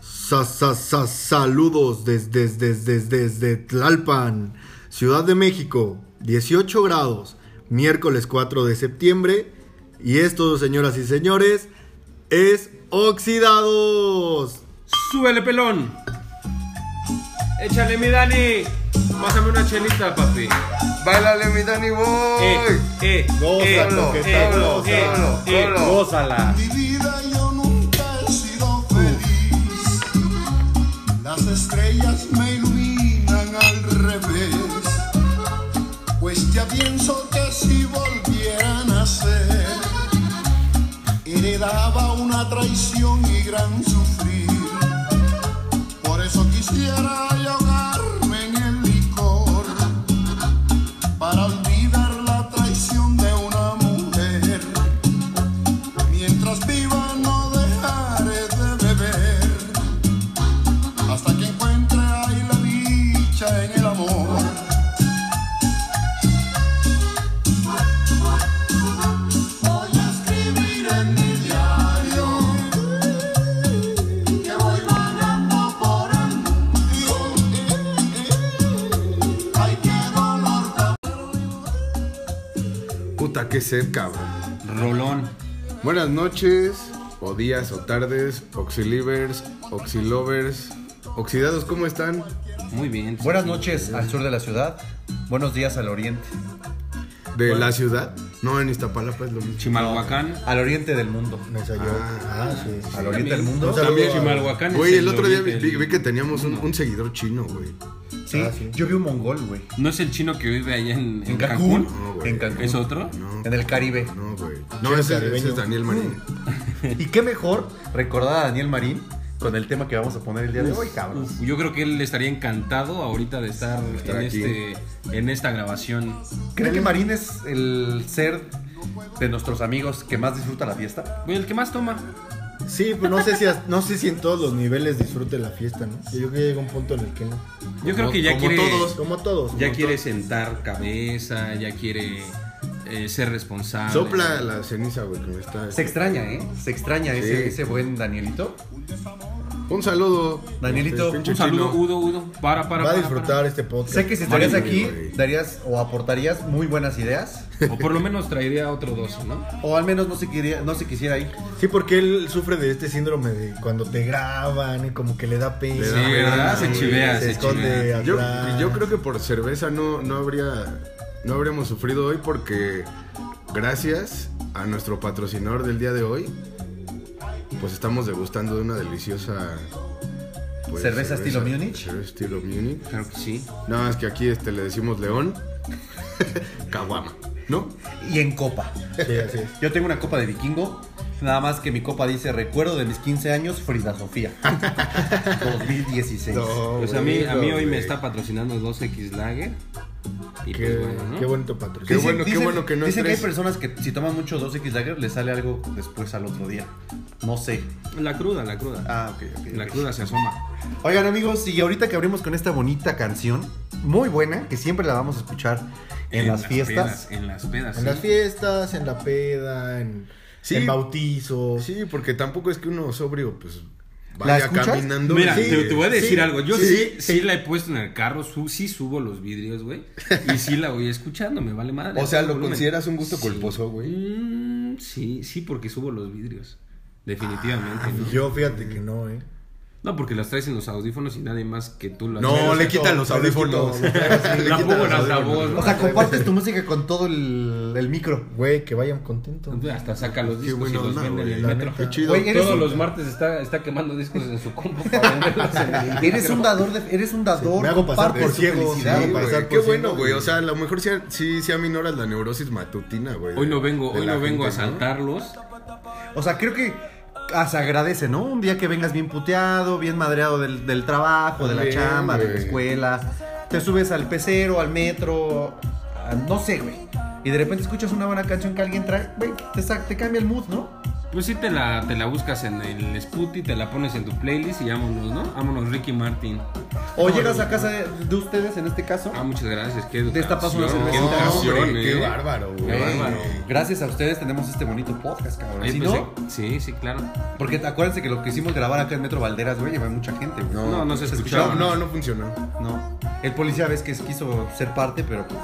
sa, sa, sa, saludos desde, desde, desde, desde Tlalpan, Ciudad de México, 18 grados, miércoles 4 de septiembre. Y esto, señoras y señores, es Oxidados. Súbele, pelón. Échale, mi Dani. Pásame una chelita, papi. Bailale mi Danny Boy. Eh, eh, Gózalo, eh, gózalo, eh, gózalo, eh, gózalo. gózala. Mi vida yo nunca he sido feliz. Las estrellas me iluminan al revés. Pues ya pienso que si volviera a nacer, heredaba una traición y gran sufrir. Por eso quisiera yo ahogarme en el licor para olvidar la traición de una mujer. Mientras viva no dejaré de beber hasta que encuentre ahí la dicha en el amor. Voy a escribir en mi diario que voy vagando por el mundo. Ay, qué dolor tan Puta, qué sed, cabrón. Rolón. Buenas noches, o días, o tardes, Oxilivers, Oxilovers, Oxidados, ¿cómo están? Muy bien. Buenas noches al sur de la ciudad. Buenos días al oriente. ¿De la ciudad? No, en Iztapalapa es lo mismo. Chimalhuacán. Al oriente del mundo. Me salió. Ah, sí. Al oriente del también. mundo. Un saludo También a- Chimalhuacán. es Güey, el otro día vi, oriente del- vi que teníamos un, un seguidor chino, güey. Sí, Ah, sí. yo vi un mongol, güey. ¿No es el chino que vive allá en, En en Cancún. Cancún? No, güey. en Cancún. ¿Es otro? No, En el Caribe. no, güey. No, ese, ese caribeño. es Daniel Mm. Marín. Y qué mejor recordar a Daniel Marín con el tema que vamos a poner el día de hoy, cabrón. Uf, yo creo que él estaría encantado ahorita de estar, Estar en, aquí. este, en esta grabación. ¿Creen que Marín es el ser de nuestros amigos que más disfruta la fiesta? Güey, el que más toma. Sí, pues no sé si as- no sé si en todos los niveles disfrute la fiesta, ¿no? Yo creo que llega un punto en el que no. Yo creo que ya como quiere. todos. Como todos. Ya como quiere sentar cabeza, ya quiere eh, ser responsable. Sopla la ceniza, güey, que me está. Se extraña, ¿eh? Se extraña Sí. ese, ese buen Danielito. Un saludo. Este, Danielito, Pinche Un saludo, chino. Udo, Udo. Para, para. Va a para, disfrutar este podcast. Sé que si estarías Marín, aquí, güey. darías o aportarías muy buenas ideas. para. O por lo menos traería otro dos, ¿no? O al menos no se, quería- no se quisiera ir. Sí, porque él sufre de este síndrome de cuando te graban y como que le da pena. Le da Sí, ¿verdad? Se chivea, Se, se esconde chivea. Yo, atrás. yo creo que por cerveza no, no habría no habríamos sufrido hoy porque gracias a nuestro patrocinador del día de hoy pues estamos degustando de una deliciosa pues, ¿Cerveza estilo Múnich? cerveza estilo Múnich. Claro que sí. Nada más que aquí este le decimos León Caguama, ¿no? Y en copa. Sí, así es. Yo tengo una copa de vikingo. Nada más que mi copa dice recuerdo de mis 15 años, Frida Sofía. 2016. Oh, Pues a mí, a mí hoy me está patrocinando 2X Lager. Y Qué, pues bueno, ¿no? qué bonito patrocinio. Qué bueno, qué bueno que no Dicen que hay estres. personas que si toman mucho 2X Lager les sale algo después al otro día. No sé. La cruda, la cruda. Ah, ok, ok. la ok. cruda se asoma. Oigan amigos, y ahorita que abrimos con esta bonita canción, muy buena, que siempre la vamos a escuchar en, las fiestas. pedas, en las pedas. En sí. las fiestas, en la peda, en, Sí. en bautizos. Sí, porque tampoco es que uno sobrio pues ¿La vaya escuchas? caminando. Mira, Sí, te, te voy a decir sí, algo. Yo sí, sí, sí, sí. la he puesto en el carro, su- sí subo los vidrios, güey. Y sí la voy escuchando, me vale madre. O sea, Todo ¿lo volumen. consideras un gusto Sí. culposo, güey? Mm, sí, sí, porque subo los vidrios. Definitivamente. Ah, ¿no? Yo fíjate que no, eh. No, porque las traes en los audífonos y nadie más que tú las No, Me le quito, quitan los me quito, audífonos. los traigo así, Le la quitan pongo los en altavoz. altavoz, ¿no? O sea, compartes tu música con todo el, el micro. Güey, que vayan contentos. Hasta saca los Qué discos y buena los onda, vende güey, en el la metro. neta. Qué chido. Güey, eres Todos un- los martes está, está quemando discos en su combo para venderlos en el Eres metro. un dador de, eres un dador. me hago pasar parte por de su ciego, felicidad, me hago Sí, güey. güey, pasar Qué por bueno, ciego, güey. güey. O sea, a lo mejor sí, sí, sí aminoras la neurosis matutina, güey. Hoy no de- vengo, de hoy la no vengo a gente, ¿no? saltarlos. O sea, creo que ah, se agradece, ¿no? Un día que vengas bien puteado, bien madreado del, del trabajo, de la Bien, chamba, de la güey. escuela. Te subes al pecero, al metro, a- no sé, güey. Y de repente escuchas una buena canción que alguien trae, güey, te, sa- te cambia el mood, ¿no? Pues sí, te la, te la buscas en el Spotify, te la pones en tu playlist y vámonos, ¿no? Vámonos, Ricky Martin. O llegas a casa de, de ustedes en este caso. Ah, muchas gracias. Qué Destapas una educación, cervecita. Qué Hombre, educación, qué eh. bárbaro, Qué güey. bárbaro. Gracias a ustedes tenemos este bonito podcast, cabrón. Oye, Si pues, no, eh, Sí, sí, claro. porque te- acuérdense que lo que hicimos grabar acá en Metro Valderas, güey, lleva mucha gente, güey. No, no se No, pues, escuchaba. no, no funcionó. No. El policía ves que quiso ser parte, pero pues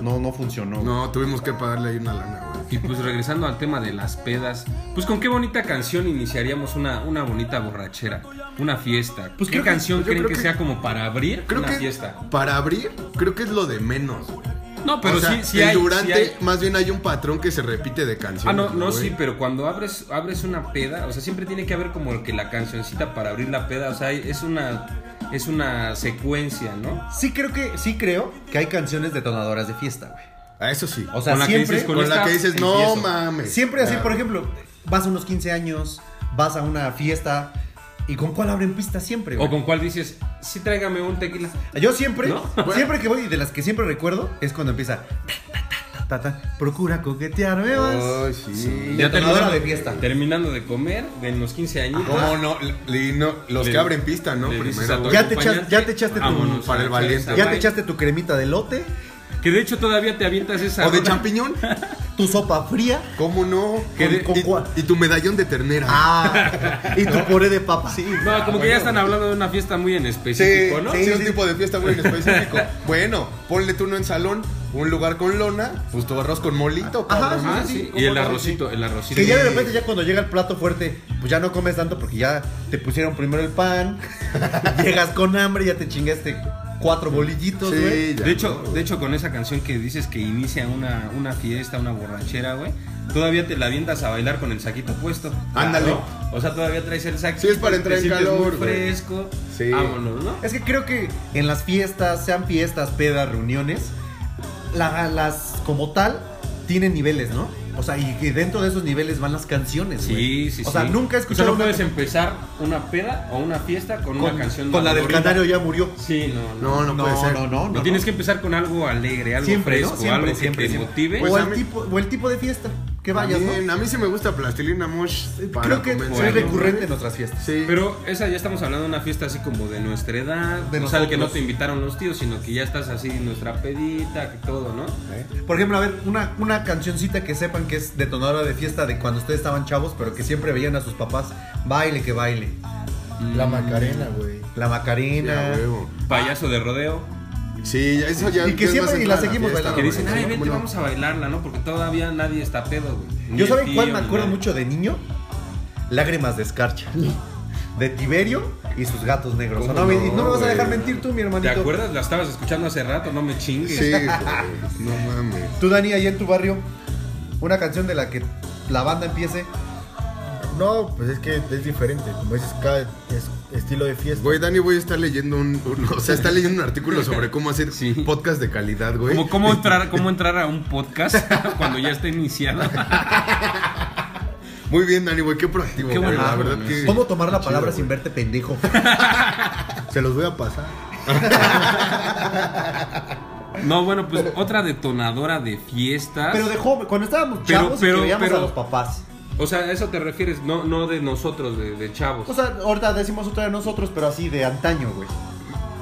no, no funcionó. No, tuvimos que pagarle ahí una lana, güey. Y pues regresando al tema de las pedas, pues con qué bonita canción iniciaríamos una, una bonita borrachera, una fiesta. Pues qué creo que- canción yo creen que, creo que- sea como para abrir Creo una que fiesta. para abrir, creo que es lo de menos, güey. No, pero O sea, sí, sí el hay. sí Durante, hay. más bien hay un patrón que se repite de canciones. Ah, no, no, güey. sí, pero cuando abres, abres una peda, o sea, siempre tiene que haber como que la cancioncita para abrir la peda, o sea, es una, es una secuencia, ¿no? Sí creo que, sí creo que hay canciones detonadoras de fiesta, güey. Ah, eso sí. O sea, Con la que siempre. dices, con, con la esta que dices, no empiezo". mames. Siempre así, Ya. por ejemplo, vas a unos 15 años, vas a una fiesta. ¿Y con cuál abren pista siempre, güey? O con cuál dices, sí, tráigame un tequila. Yo siempre, ¿No? siempre que voy y de las que siempre recuerdo es cuando empieza. ta, ta, ta, ta, ta, procura coquetearme más. Ay, sí. Ya Detonadora terminando- de fiesta. Terminando de comer, de los 15 añitos. ¿Cómo no? Le- no, los Le- que abren pista, Ah, ¿no? le dices a Primero, tu güey. Ya te echas- acompañante, ya te echaste tu- vámonos para el a valiente. echar esa Ya te vaina. echaste tu cremita de lote, Que de hecho todavía te avientas esa. O de rola. champiñón. tu sopa fría. ¿Cómo no? ¿Qué de- Y- con y, cuál? y tu medallón de ternera. Ah, y tu puré de papa. No, como que ya están hablando de una fiesta muy en Ah, Sí, específico, ¿no? sí, un tipo de fiesta muy en específico. bueno, ponle tú uno en salón, un lugar con lona, pues tu arroz con molito. Ajá, cabrón. Ah, sí, sí, sí. ¿cómo Y el no? arrocito, el arrocito. Que ya de repente, ya cuando llega el plato fuerte, pues ya no comes tanto porque ya te pusieron primero el pan, llegas con hambre, ya te chingaste cuatro bolillitos, Sí, güey. ya, De hecho, ¿no? de hecho, con esa canción que dices que inicia una, una fiesta, una borrachera, güey, todavía te la avientas a bailar con el saquito puesto. Ándale. ¿No? O sea, todavía traes el saquito. Sí, es para entrar te en sientes calor, Muy güey. fresco. Sí. Vámonos, ¿no? Es que creo que en las fiestas, sean fiestas, pedas, reuniones, la- las como tal tienen niveles, ¿no? O sea, y que dentro de esos niveles van las canciones, Sí, güey. sí, O sea, sí. nunca he escuchado O sea, no una puedes empezar una peda o una fiesta con, con, una canción con la del dolorida. canario ya murió. Sí, no, no. No, no, puede ser. no, No, no, no. tienes que empezar con algo alegre, algo Siempre, ¿no? fresco, Siempre, algo que siempre, te siempre. motive. Pues o, a el mí- tipo, o el tipo de fiesta que vayas, También, ¿no? A mí sí me gusta Plastilina Mosh. para Creo que comenzar, soy ¿no? recurrente en nuestras fiestas. Sí. Pero esa ya estamos hablando de una fiesta así como de nuestra edad, De o sea, que no nosotros. te invitaron los tíos, sino que ya estás así en nuestra pedita, que todo, ¿no? Por ejemplo, a ver, una, una cancioncita que sepan que es detonadora de fiesta de cuando ustedes estaban chavos, pero que siempre veían a sus papás, baile que baile. La Macarena, güey. La Ya, Macarena. huevo. Mm, Payaso de rodeo, Sí, ya- eso ya. Y ya que es siempre- más y entrada la a seguimos fiesta, bailando, que güey. dicen, ay, Sí, vente, ¿cómo no? vamos a bailarla, ¿no? Porque todavía nadie está pedo, güey. Ni Yo el saben tío, cuál me ni acuerdo nadie. mucho de niño. Lágrimas de escarcha. De Tiberio y sus gatos negros. ¿Cómo O no, me- no, no me vas a güey? dejar mentir tú, mi ¿Te hermanito. acuerdas? La estabas escuchando hace rato, no me chingues. Sí, güey, no mames. Tú, Dani, ahí en tu barrio, una canción de la que la banda empiece. No, pues es que es diferente. Como dices, cada es- estilo de fiesta. Güey, Dani, voy a estar leyendo un, un- O sea, está leyendo un artículo sobre cómo hacer podcast de calidad, güey. Como cómo entrar, cómo entrar a un podcast cuando ya está iniciado. Muy bien, Dani, güey, qué proactivo, Qué güey. La bueno, verdad güey. que. ¿Cómo tomar la palabra güey. sin verte pendejo? Se los voy a pasar. No, bueno, pues otra detonadora de fiestas. Pero de joven, cuando estábamos Pero- chavos y pero- que veíamos pero- a los papás. O sea, a eso te refieres, no, no de nosotros, de, de chavos. O sea, ahorita decimos otra de nosotros, pero así de antaño, güey.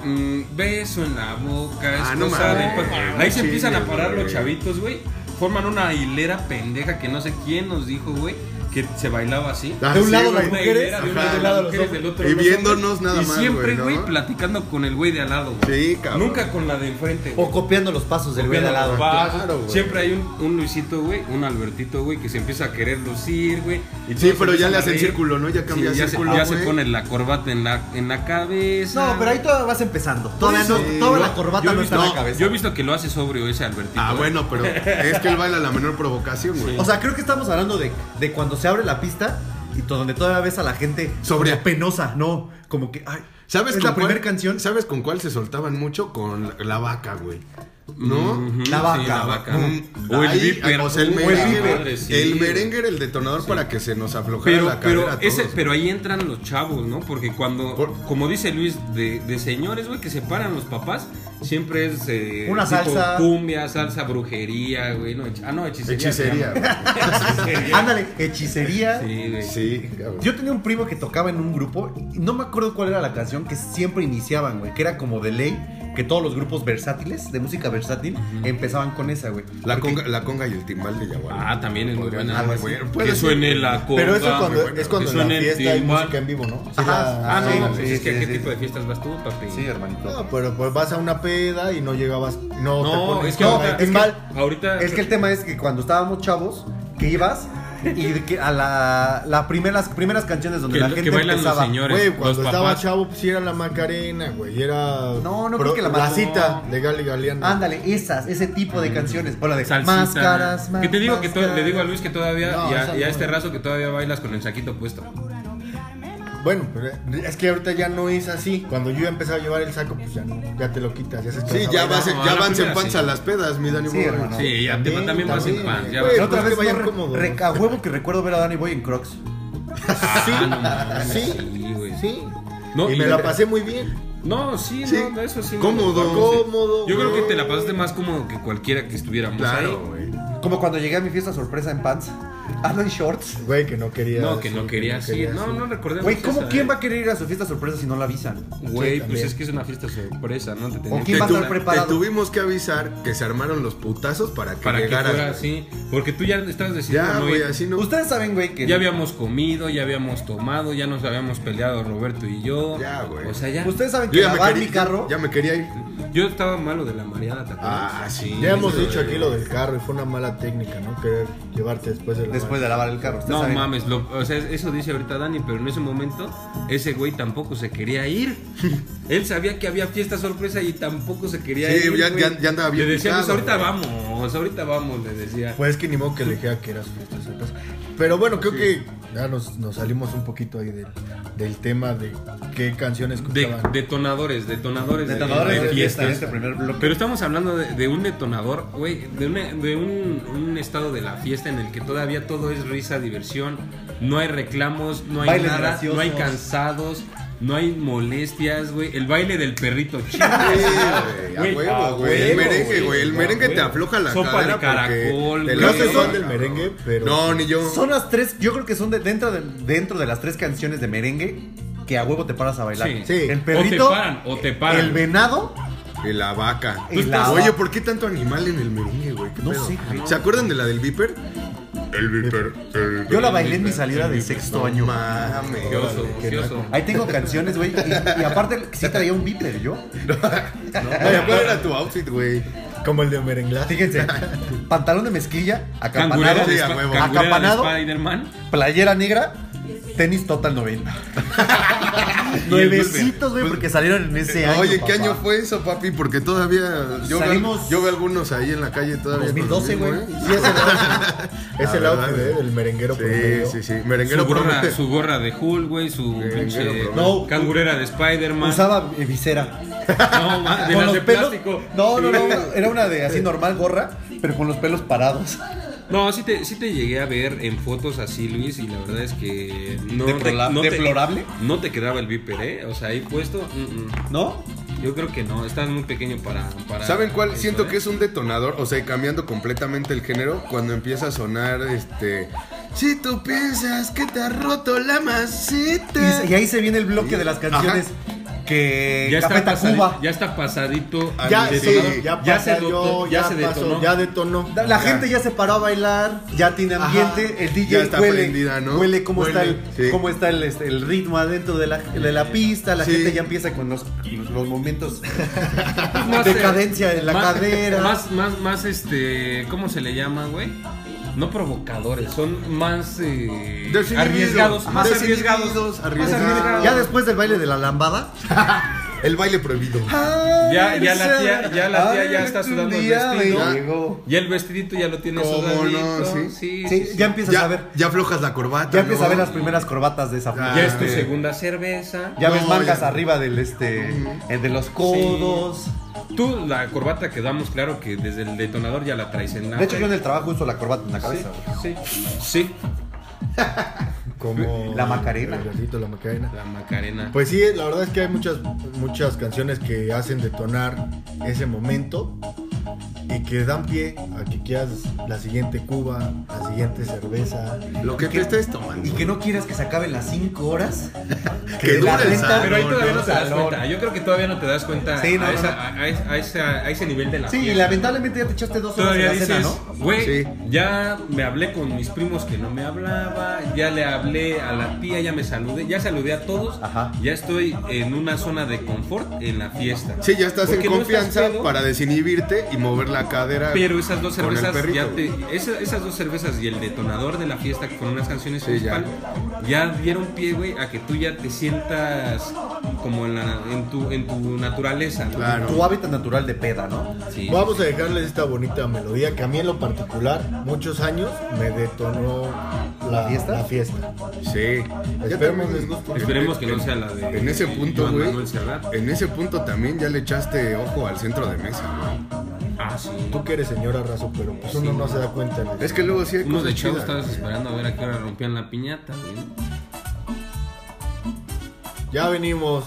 Mm, beso en la boca, es Ah, no cosa mames. de pa- Ah, Ahí se no empiezan a chingues, parar los güey. chavitos, güey. Forman una hilera pendeja que no sé quién nos dijo, güey, que se bailaba así. Ah, de un sí, lado güey. las Una mujeres, hilera de un y lado de las un lado los mujeres, hombres. del otro Y los hombres. viéndonos nada Y más, siempre, güey, güey, ¿no? platicando con el güey de al lado, güey. Sí, cabrón. Nunca con la de enfrente. güey. O copiando los pasos del güey de al lado. pa- Va, Claro, güey. Siempre hay un, un Luisito, güey, un Albertito, güey, que se empieza a querer lucir, güey. y Sí, todos pero ya empiezan le a hacen reír. círculo, ¿no? Ya cambia Sí, ya se, círculo. ya se güey. pone la corbata en la, en la cabeza. No, pero ahí todavía vas empezando. Todavía no, Sí, toda no. la Yo corbata he no visto- está en no, la cabeza. Yo he visto que lo hace sobrio ese Albertito. Ah, ¿eh? bueno, pero es que él baila la menor provocación, güey. O sea, creo que estamos hablando de, de cuando se abre la pista y to- donde todavía ves a la gente Sobre- como penosa, no, como que ay, ¿Sabes es con la cuál- primera canción. ¿Sabes con cuál se soltaban mucho? Con la, la vaca, güey. ¿no? Ujú, La vaca. sí, la vaca. Mm, O el ahí, viper. o sea, el Uh, merengue, madre, sí. el merengue era el detonador para que se nos aflojara Pero, la pero, carrera a ese, todos. pero ahí entran los chavos, ¿no? Porque cuando, Por- como dice Luis, de, de señores, güey, que se paran los papás, siempre es... eh, Una tipo salsa. Cumbia, salsa, brujería, güey. No, hechi- ah, no, hechicería. Hechicería. se llama. Ándale, hechicería. Sí, güey. güey. Sí, cabrón. Yo tenía un primo que tocaba en un grupo, y no me acuerdo cuál era la canción que siempre iniciaban, güey, que era como de ley, que todos los grupos versátiles, de música versátil, empezaban con esa, güey. la, Porque- conga, la conga y el timbal de Yaguara. Ah, también es muy Podrían- buena. Ah, güey. bueno, puede que ser. suene la conga. Pero eso es cuando, güey, bueno, es cuando que en suene la el fiesta hay timbal. música en vivo, ¿no? O sea, Ajá. Ah, Sí, no, sí, pues es que sí, ¿a qué sí, tipo sí. de fiestas vas tú, papi? Sí, hermanito. No, pero pues vas a una peda y no llegabas. No, te No, ponen- es que No, ahorita, es mal. ahorita Es que el tema es que cuando estábamos chavos, que ibas y de que a la, la primera- las primeras canciones donde Que- la que gente bailan los empezaba. señores. Güey, Los cuando estaba papás. chavo, pues sí era la Macarena, güey. Era. No, no creo Pro- que la La Macarena. cita de Gali Galeano. Ándale, esas, ese tipo de canciones. Bueno, de Salsita. máscaras, Que te digo que to- máscaras. le digo a Luis que todavía, No, y, a, esa y a no. este razo que todavía bailas con el saquito puesto. Bueno, pero eh, es que ahorita ya no es así. Cuando yo ya empezaba a llevar el saco, pues ya no. Ya te lo quitas. Ya se Sí, ya vas, Ah, No, ya la van en primera panza sí. las pedas, mi Dani Sí, Boy. hermano. Sí, ya te, también vas en pan. Ya güey, vas- otra Pues vez que vayan no re- cómodos. re- a huevo que recuerdo ver a Danny Boy en Crocs. Ah, no, Sí, sí, güey. sí. No, y y me de- la pasé muy bien. No, sí, Sí. no, eso sí. no. Cómodo. Cómodo. Yo creo que güey. te la pasaste más cómodo que cualquiera que estuviéramos Claro, Pues ahí. güey. Como cuando llegué a mi fiesta sorpresa en pants. Ando en shorts. Güey, que no quería. No, que no sí, querías ir. querías No, ir. no recordemos. Güey, ¿cómo esa, quién eh? va a querer ir a su fiesta sorpresa si no la avisan? Güey, Sí, pues también. es que es una fiesta sorpresa, ¿no? Te ¿O tenías quién que va a estar avisar. preparado? Te tuvimos que avisar que se armaron los putazos para que Para que llegaras. fuera güey. así. Porque tú ya estabas decidido Ya, no güey, ir. así no. Ustedes saben, güey, que. Ya habíamos comido, ya habíamos tomado, ya nos habíamos peleado Roberto y yo. Ya, güey. O sea, ya. Ustedes saben que Yo ya me, lavar quería, mi carro. ya me quería ir. Yo estaba malo de la mareada, ¿te acuerdas? Ah, sí. Ya hemos Eso, dicho güey. aquí lo del carro y fue una mala técnica, ¿no? Querer llevarte después de la Después de lavar el carro. ustedes No saben. mames, lo- o sea, eso dice ahorita Dani, pero en ese momento ese güey tampoco se quería ir. Él sabía que había fiesta sorpresa y tampoco se quería Sí, ir. ya- güey. ya- ya andaba bien Le decía, picado, pues ahorita güey. vamos, ahorita vamos, le decía. Pues es que ni modo que le dijera que eras fiesta sorpresa. Pero bueno, creo que ya nos, nos salimos un poquito ahí del, del tema de qué canciones De- escuchaban. detonadores, detonadores, de- Detonadores de de fiesta en fiestas. este primer bloque. Pero estamos hablando de, de un detonador, güey, de, una- de un, un estado de la fiesta en el que todavía todo es risa, diversión, no hay reclamos, no hay Bailes nada, no hay graciosos. cansados, no hay molestias, güey. El baile del perrito chido. Sí, güey, a Güey, huevo, a güey. El huevo, merengue, güey. El a merengue te huevo. afloja la Sopa cadera de caracol, porque güey. te No la soy afloja, fan del cabrón. merengue, pero- No, ni yo. Son las tres, yo creo que son de, dentro, de, dentro de las tres canciones de merengue que a huevo te paras a bailar. Sí. Sí. El perrito, O te paran, o te paran. el venado, Y la vaca. Y la Oye, vaca. ¿por qué tanto animal en el merengue, güey? ¿Qué No pedo? sé, Ah, güey. ¿Se acuerdan de la del viper? El viper. yo la bailé en mi salida de sexto año. Mames. Qué oso, qué oso. Ahí tengo canciones, güey. Y, y aparte, sí traía un beeper yo. Oye, ¿cuál era tu outfit, güey? Como el de Merenglás. Fíjense, pantalón de mezclilla, Cangurera acampanado, de, Sí, a Sp- huevo. cangurera de Acampanado. Spider-Man. playera negra, tenis total 90. Y el Nuevecitos, güey, porque salieron en ese año. Oye, papá. ¿qué año fue eso, papi? Porque todavía. Yo, veo, Salimos- yo veo algunos ahí en la calle todavía. con lo 2012, mismo, güey. ¿eh? Sí, es el, es el La outfit verdad, eh. de- del merenguero promedio. Sí, sí, sí. Su Merenguero gorra, promedio. su gorra de Hulk, güey, su pinche promedio. No. cangurera de Spider-Man. Usaba eh, visera. No, ma- Ah, de Con las los de pelos- plástico. No, no, no. Era una de así normal gorra, pero con los pelos parados. No, sí te, sí te llegué a ver en fotos así, Luis, y la verdad es que no, Deplola- no deplorable. Te, no te quedaba el viper, ¿eh? O sea, ahí puesto, mm, mm. ¿No? yo creo que no, estás muy pequeño para... para ¿Saben cuál? eso, Siento ¿eh? que es un detonador, o sea, y cambiando completamente el género, cuando empieza a sonar este. Si tú piensas que te ha roto la maceta. Y, y ahí se viene el bloque de las canciones que Ya Café está, pasadi- Tacuba. Ah, ya está pasadito. al Ya, sí, detonador. ya, Ya se pasa detonó, yo, ya, se pasó, detonó. ya detonó. La la gente ya se paró a bailar, ya tiene Ajá. ambiente, el DJ Ya está huele, prendida, ¿no? huele cómo está Huele, el, sí. cómo está el, este, el ritmo adentro de la, de la pista, la Sí. gente ya empieza con los, los momentos Más, de eh, cadencia en la más- cadera. Más, más, más, este, ¿cómo se le llama, güey? No provocadores, son más eh, Desinhibidos. arriesgados, más Desinhibidos, arriesgados, más arriesgados. arriesgados. ya después del baile de la lambada. El baile prohibido. Ya- ya la tía- ya la tía ya está sudando el Ya vestido. me llegó. Ya el vestidito ya lo tiene ¿Cómo sudadito. no? Sí. Sí, sí, Sí, sí. ya empiezas a ver, Ya, ya aflojas la corbata. ya empiezas ¿no? a ver las primeras corbatas de esa Ya. Ya es tu Ah, segunda cerveza. Ya ves No, mangas ya. arriba del este, el de los eh, codos. Tú, la corbata quedamos claro que desde el detonador ya la traes en la. De hecho, yo en peda. el trabajo uso la corbata en la cabeza, Sí, güey. sí. Sí, Como La Macarena. el bracito, la Macarena. la Macarena. Pues sí, la verdad es que hay muchas, muchas canciones que hacen detonar ese momento y que dan pie a que quieras la siguiente cuba, la siguiente cerveza. Lo que te estés tomando. Y que no quieras que se acaben las 5 horas. Que la dure el neta- sábado, Pero ahí todavía no, no, te das salón. cuenta. Yo creo que todavía no te das cuenta Sí, no, a, no, esa- no. a esa- a esa- a ese nivel de la Sí, y fiesta. lamentablemente ya te echaste dos horas en Todavía la dices, cena, ¿no? güey, Sí. ya me hablé con mis primos que no me hablaba, ya le hablé a la tía, ya me saludé, ya saludé a todos, Ajá. ya estoy en una zona de confort en la fiesta. Sí, ya estás Porque en no confianza pedo, para desinhibirte y mover la cadera. Pero esas dos con el cervezas perrito, ya te, güey. esa- esas dos cervezas y el detonador de la fiesta con unas canciones Sí, ya. principal ya. dieron pie, güey, a que tú ya te sientas como en la en tu en tu naturaleza, ¿no? Claro. Tu hábitat natural de peda, ¿no? Sí. Vamos a dejarles esta bonita melodía que a mí en lo particular, muchos años, me detonó la, ¿La fiesta? la fiesta. Sí. Ya Esperemos también- Eh, les guste. Esperemos que no sea la de En ese de punto, Joan güey. Manuel Serrat. En ese punto también ya le echaste ojo al centro de mesa, güey. Ah, sí. Tú que eres señora Razo, pero pues uno no se da cuenta. de- Es que luego sí hay Uno de cosas chavos chidas. estabas esperando a ver a qué hora rompían la piñata, güey. Ya venimos.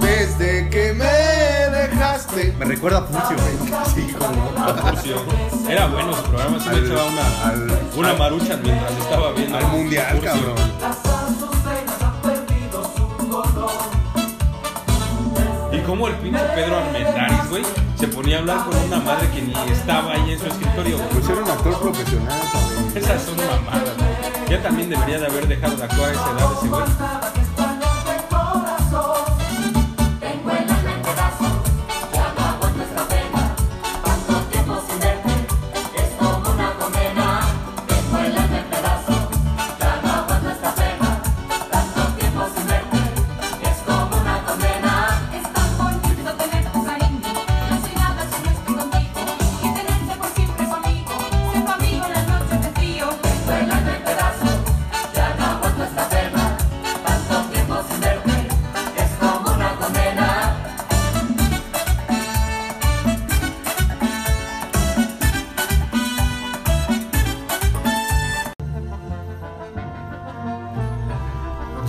Desde que me dejaste. Ah, Me recuerda a Furcio, güey. Sí, como Era bueno su programa, sí Al- me echaba una, al- una marucha mientras estaba viendo. al mundial, Cursi. cabrón. Y como el pinche Pedro Armendáriz, güey, se ponía a hablar con una madre que ni estaba ahí en su escritorio, güey. Pues era un actor profesional, güey. Esas son mamadas, güey. Ya también debería de haber dejado de actuar a esa edad ese Tengo güey. en la mente brazos, ya no aguanto esta pena. Tanto tiempo sin verte, es como una condena. Tengo en la mente brazos, ya no aguanto esta pena. Tanto tiempo sin verte, es como una condena. Es tan bonito tener tu cariño, no soy nada si no estoy contigo y tenerte por siempre conmigo, ser tu amigo en las noches de frío. Tengo en la mente brazos, ya no aguanto esta pena. Tanto tiempo sin verte, es como una condena.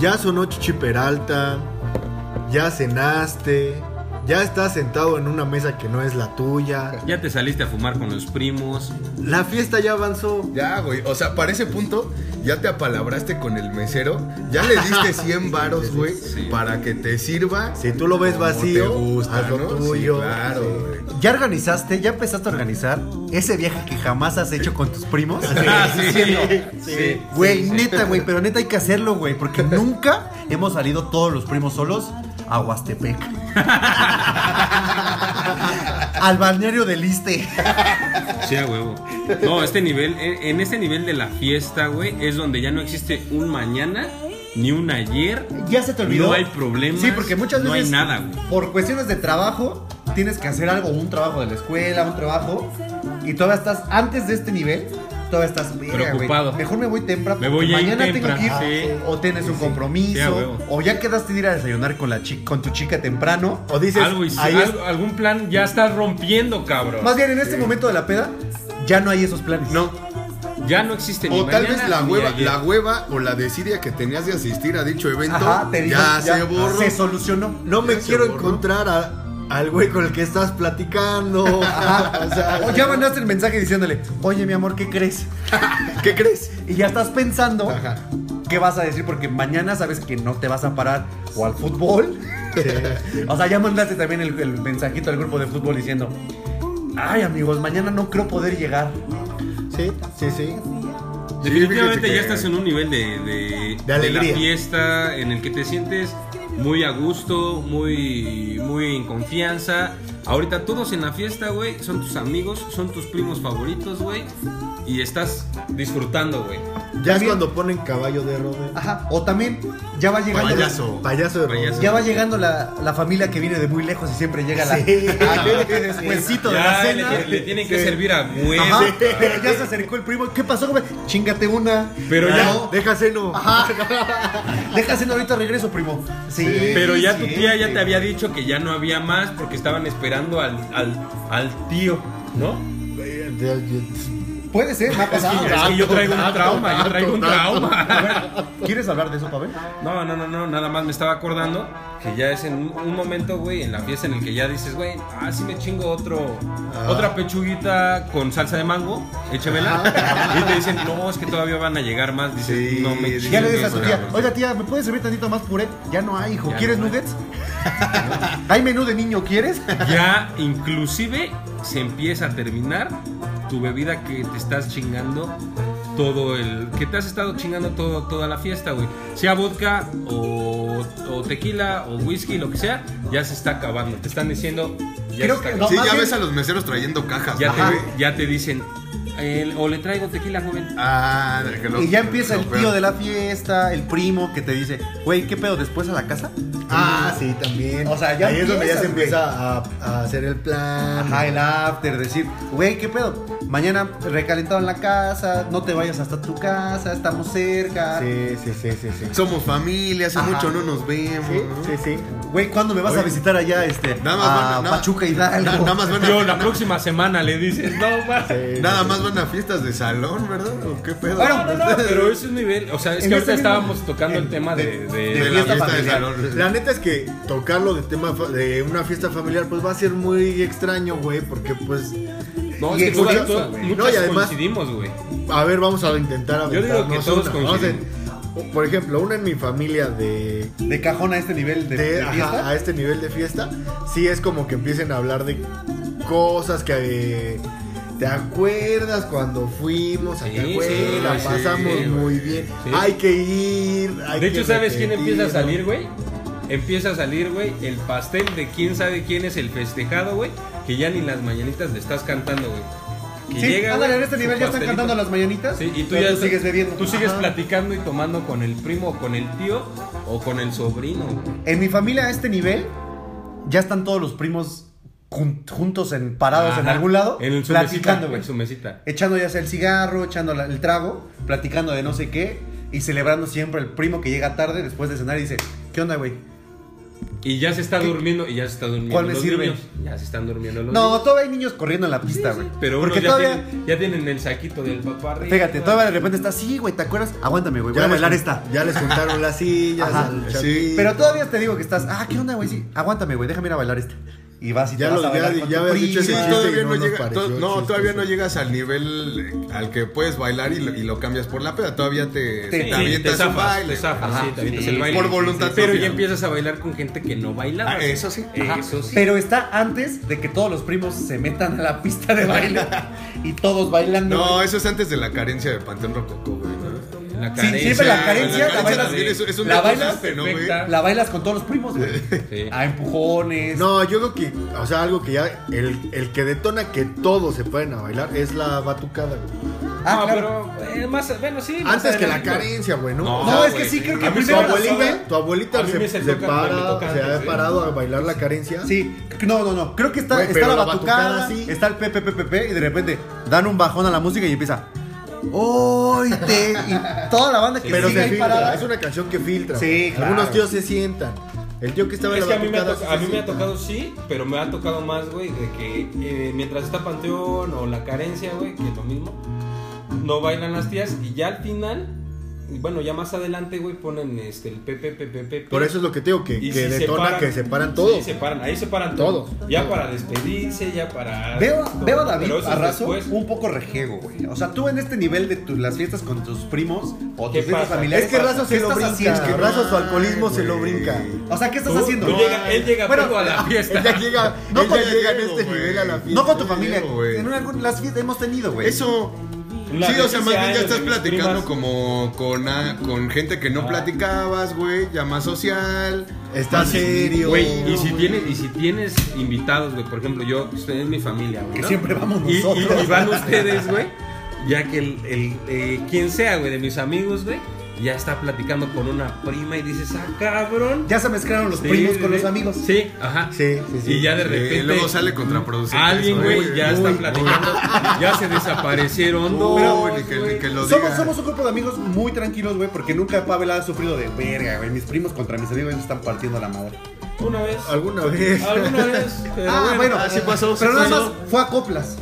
Ya sonó Chichi Peralta, ya cenaste, ya estás sentado en una mesa que no es la tuya. Ya te saliste a fumar con los primos. La fiesta ya avanzó. Ya, güey. O sea, para ese punto ya te apalabraste con el mesero. Ya le diste 100 varos, güey, Sí. para que te sirva. Si tú lo ves como vacío, te gusta, haz lo ¿no? Sí, tuyo. claro, güey. Ya organizaste, ya empezaste a organizar ese viaje que jamás has hecho con tus primos. Ah, sí, sí. Güey, neta, güey, pero neta hay que hacerlo, güey, porque nunca hemos salido todos los primos solos a Huastepec. Al balneario del Iste. Sí, a huevo. No, este nivel, en, en este nivel de la fiesta, güey, es donde ya no existe un mañana ni un ayer. Ya se te olvidó. No hay problemas, Sí, porque muchas no hay veces. nada, güey. Por cuestiones de trabajo, tienes que hacer algo, un trabajo de la escuela, un trabajo. Y todavía estás antes de este nivel. Todavía estás "Verga, güey, Preocupado. Mejor me voy temprano. Me voy a ir mañana tengo temprano, que ir. sí. O tienes un Sí, a compromiso. huevo. o ya quedaste de ir a desayunar con, la chi- con tu chica temprano. O dices, Algo hice- ahí algo- algún plan ya está rompiendo, cabrón. Más bien, en este momento de la peda, ya no hay esos planes. No. Ya no existe ni O tal mañana vez la ni hueva, ayer. la hueva o la desidia que tenías de asistir a dicho evento Ajá, te digo, ya, se borró. Se solucionó. no me Ya se quiero borró. encontrar a- al güey con el que estás platicando. O sea, O ya mandaste el mensaje diciéndole, oye mi amor, ¿qué crees? ¿Qué crees? Y ya estás pensando Ajá. qué vas a decir porque mañana sabes que no te vas a parar o al fútbol. o sea, ya mandaste también el, el mensajito al grupo de fútbol diciendo, ay amigos, mañana no creo poder llegar. sí, sí, sí. Sí, Definitivamente fíjate que- ya estás en un nivel de, de, De la alegría. fiesta en el que te sientes muy a gusto, muy, muy en confianza. Ahorita todos en la fiesta, güey, son tus amigos, son tus primos favoritos, güey, y estás disfrutando, güey. Ya es También- cuando ponen caballo de rodeo. Ajá. O también ya va llegando. Payaso. Payaso de rodeo. Payaso. Ya va llegando la, la familia que viene de muy lejos y siempre llega la. Sí. Despuésito de la Ya cena. le, le tienen que Sí. servir a huevo. Ajá, cabrón. pero ya se acercó el primo. ¿Qué pasó, güey? Chingate una. Pero Ya, ya- No, deja seno. Déjase, no, ahorita regreso, primo. Sí. Pero ya tu sí, tía ya sí. te había dicho que ya no había más porque estaban esperando al, al, al tío, ¿no? Puede ser, me ha Es pasado. que, es que yo traigo un trauma, yo traigo un trauma. ¿Quieres hablar de eso, Pavel? No, no, no, no, nada más me estaba acordando que ya es en un, un momento, güey, en la fiesta en el que ya dices, güey, ah, sí me chingo otro, Ah. otra pechuguita con salsa de mango, échemela. Y te dicen, no, es que todavía van a llegar más. Dices, Sí, no me ya Ya le dices a chingues, tu tía, cabrón. oiga tía, ¿me puedes servir tantito más puré? Ya no hay, hijo. Ya ¿Quieres no hay. nuggets? ¿Hay menú de niño, quieres? Ya inclusive se empieza a terminar tu bebida que te estás chingando todo el... que te has estado chingando todo, toda la fiesta, güey. Sea vodka o, o tequila o whisky, lo que sea, ya se está acabando. Te están diciendo... Ya Creo se está que acabando. No, Sí, más ya bien- ves a los meseros trayendo cajas. ya, ¿no? te, ya te dicen... "El- o le traigo tequila, joven. Ah, que lo- Y ya empieza lo el peor. tío de la fiesta, el primo que te dice, güey, ¿qué pedo después a la casa? Ah, sí, también. O sea, ya Ahí es donde ya empiezas, se güey. empieza a, a hacer el plan. Ajá, el after, decir, güey, ¿qué pedo? Mañana recalentado en la casa, no te vayas hasta tu casa, estamos cerca. Sí, sí, sí, sí, sí. Somos familia, hace Ajá. mucho no nos vemos. Sí, ¿no? sí, sí. Güey, ¿cuándo me vas a visitar allá, este, Nada más a van a- nada- Pachuca Hidalgo? na- nada más van a- Yo la próxima semana le dices, no, más. Sí, Nada sí, más van a fiestas de salón, ¿verdad? ¿O qué pedo? No, no, no, pero ese es nivel, o sea, es En que ahorita ese mismo- estábamos tocando el tema de, de- de, la fiesta fiesta de familiar. sí. salón. La neta es que tocarlo de tema fa- de una fiesta familiar pues va a ser muy extraño, güey, porque pues No, Y es que todas- curioso, todas- güey. muchas No, y además- coincidimos, güey. a ver, vamos a intentar Yo digo que aventarnos todos una. Vamos a- coinciden. Por ejemplo, una en mi familia de De cajón a este nivel de, de- de ajá, fiesta. a este nivel de fiesta, sí es como que empiecen a hablar de cosas que eh, te acuerdas cuando fuimos a Sí, Cahuela? sí, la sí, pasamos güey. muy bien, Sí. hay que ir, hay De que hecho, ¿sabes quién empieza a repetir, salir, güey? Empieza a salir, güey, el pastel de quién sabe quién es el festejado, güey, que ya ni las mañanitas le estás cantando, güey. Que Sí, llega, ándale, güey, en este su nivel ya están pastelito. cantando las mañanitas. Sí, y tú pero ya sigues bebiendo. Tú sigues Ajá. platicando y tomando con el primo, o con el tío o con el sobrino. güey. En mi familia a este nivel ya están todos los primos jun- juntos en parados en Ajá. algún lado, En el- su mesita, platicando, güey. en su mesita. Echando ya sea el cigarro, echando la- el trago, platicando de no sé qué y celebrando siempre el primo que llega tarde después de cenar y dice, "¿Qué onda, güey?" Y ya se está durmiendo y ya se está durmiendo ¿Cuál me los sirve? niños. Ya se están durmiendo los No, niños. todavía hay niños corriendo en la pista, güey. Pero unos porque ya, todavía tienen, ya tienen el saquito del papá arriba. Fíjate, todavía de repente está, sí, güey, ¿te acuerdas? Aguántame, güey, voy Ya a les- bailar esta. Ya les juntaron las sillas, Ajá. al Sí. chapi- Pero todavía te digo que estás, ah, ¿qué onda, güey? Sí, aguántame, güey, déjame ir a bailar esta. Y vas y te Ya vas lo- a bailar ya- con ya tu habías dicho prima. ese Sí, chiste todavía y no no, nos llega- pareció to- no, chistoso. todavía no llegas al nivel eh, al que puedes bailar y lo, y lo cambias por la peda. Todavía te, Te- te, Sí, avientas te un zafas, baile. te zafas, Ajá. sí, te avientas Sí, el baile. por voluntad Pero propia. ya empiezas a bailar con gente que no baila. Ah, eso sí. Eso sí. Pero está antes de que todos los primos se metan a la pista de baile y todos bailando. No, güey. eso es antes de la carencia de Panteón Rococó, güey. ¿no? La Sí, siempre la carencia, la carencia bailas- también es, es un la bailas desgaste, ¿no, güey? perfecta. La bailas con todos los primos, güey. Sí. A empujones. No, yo creo que, o sea, algo que ya, el, el que detona que todos se pueden a bailar es la batucada, güey. Ah, no, claro. pero eh, más, bueno, sí. más Antes que la adelante. carencia, güey, ¿no? No, O sea, No, es que güey. sí, creo A mí que Tu Primero la abuelita, soga. tu abuelita A mí se, me sentó se acá, me para, tocó se ha antes, ¿eh? parado a bailar la carencia. Sí, no, no, no. Creo que está, Güey, está pero la la batucada, batucada sí. está el pepe, pepe, pepe, y de repente dan un bajón a la música y empieza. ¡Oy, te! Y toda la banda que pero sigue se ahí filtra, parada. es una canción que filtra. Sí, güey. claro. Algunos tíos se sientan. El tío que estaba Es en que la a mí, me ha, batucada sí to- a mí se me ha sienta. tocado sí, pero me ha tocado más, güey, de que eh, mientras está Panteón o la carencia, güey, que es lo mismo, no bailan las tías y ya al final, y bueno, ya más adelante, güey, ponen este, el pepe, pepe, pepe. Por eso es lo que te digo, que, Y que sí detona separan- que separan todos. Sí, separan, ahí separan Todos. todos. Ya para despedirse, ya para. Veo, todo, veo pero a David eso es Arraso después. un poco rejego, güey. O sea, tú en este nivel de tu- las fiestas con tus primos o ¿Qué tus fiestas pasa? familiares. es que Razo ¿qué se lo estás brinca. haciendo? que Razo su alcoholismo se lo güey. brinca. O sea, ¿qué estás Tú- haciendo? tú güey? llega- él llega poco a la fiesta. Ella llega, No ella con el llega en dedo, este güey. nivel a la fiesta. No con tu familia, Llega, güey. En algunas las fiestas hemos tenido, güey. Eso. La sí, o sea, de más 15 bien ya años estás de mis primas. platicando Ah. como con, a- con gente que no platicabas, güey, ya más social. Está serio. Güey, y si güey. tienes, y si tienes invitados, güey, por ejemplo, yo, ustedes es mi familia, güey. Que ¿no? siempre vamos Y, y- nosotros. y van ustedes, güey. ya que el, el- eh, quien sea, güey, de mis amigos, güey, ya está platicando con una prima y dices, ah, cabrón. Ya se mezclaron los Sí, primos con sí, los amigos. Sí, ajá. Sí, sí, sí. Y ya de Sí, repente. Eh, luego sale contraproducente Alguien, eso, Pues güey, güey. ya está Muy, platicando. Ya se desaparecieron dos. Uy, ni que, güey. ni que lo Somos, diga. somos un grupo de amigos muy tranquilos, güey, porque nunca Pavel ha sufrido de verga, güey. Mis primos contra mis amigos me están partiendo la madre. Una vez. Alguna vez. Alguna vez. pero ah, bueno, así pasó, Pero sí nada pasó. más fue a coplas.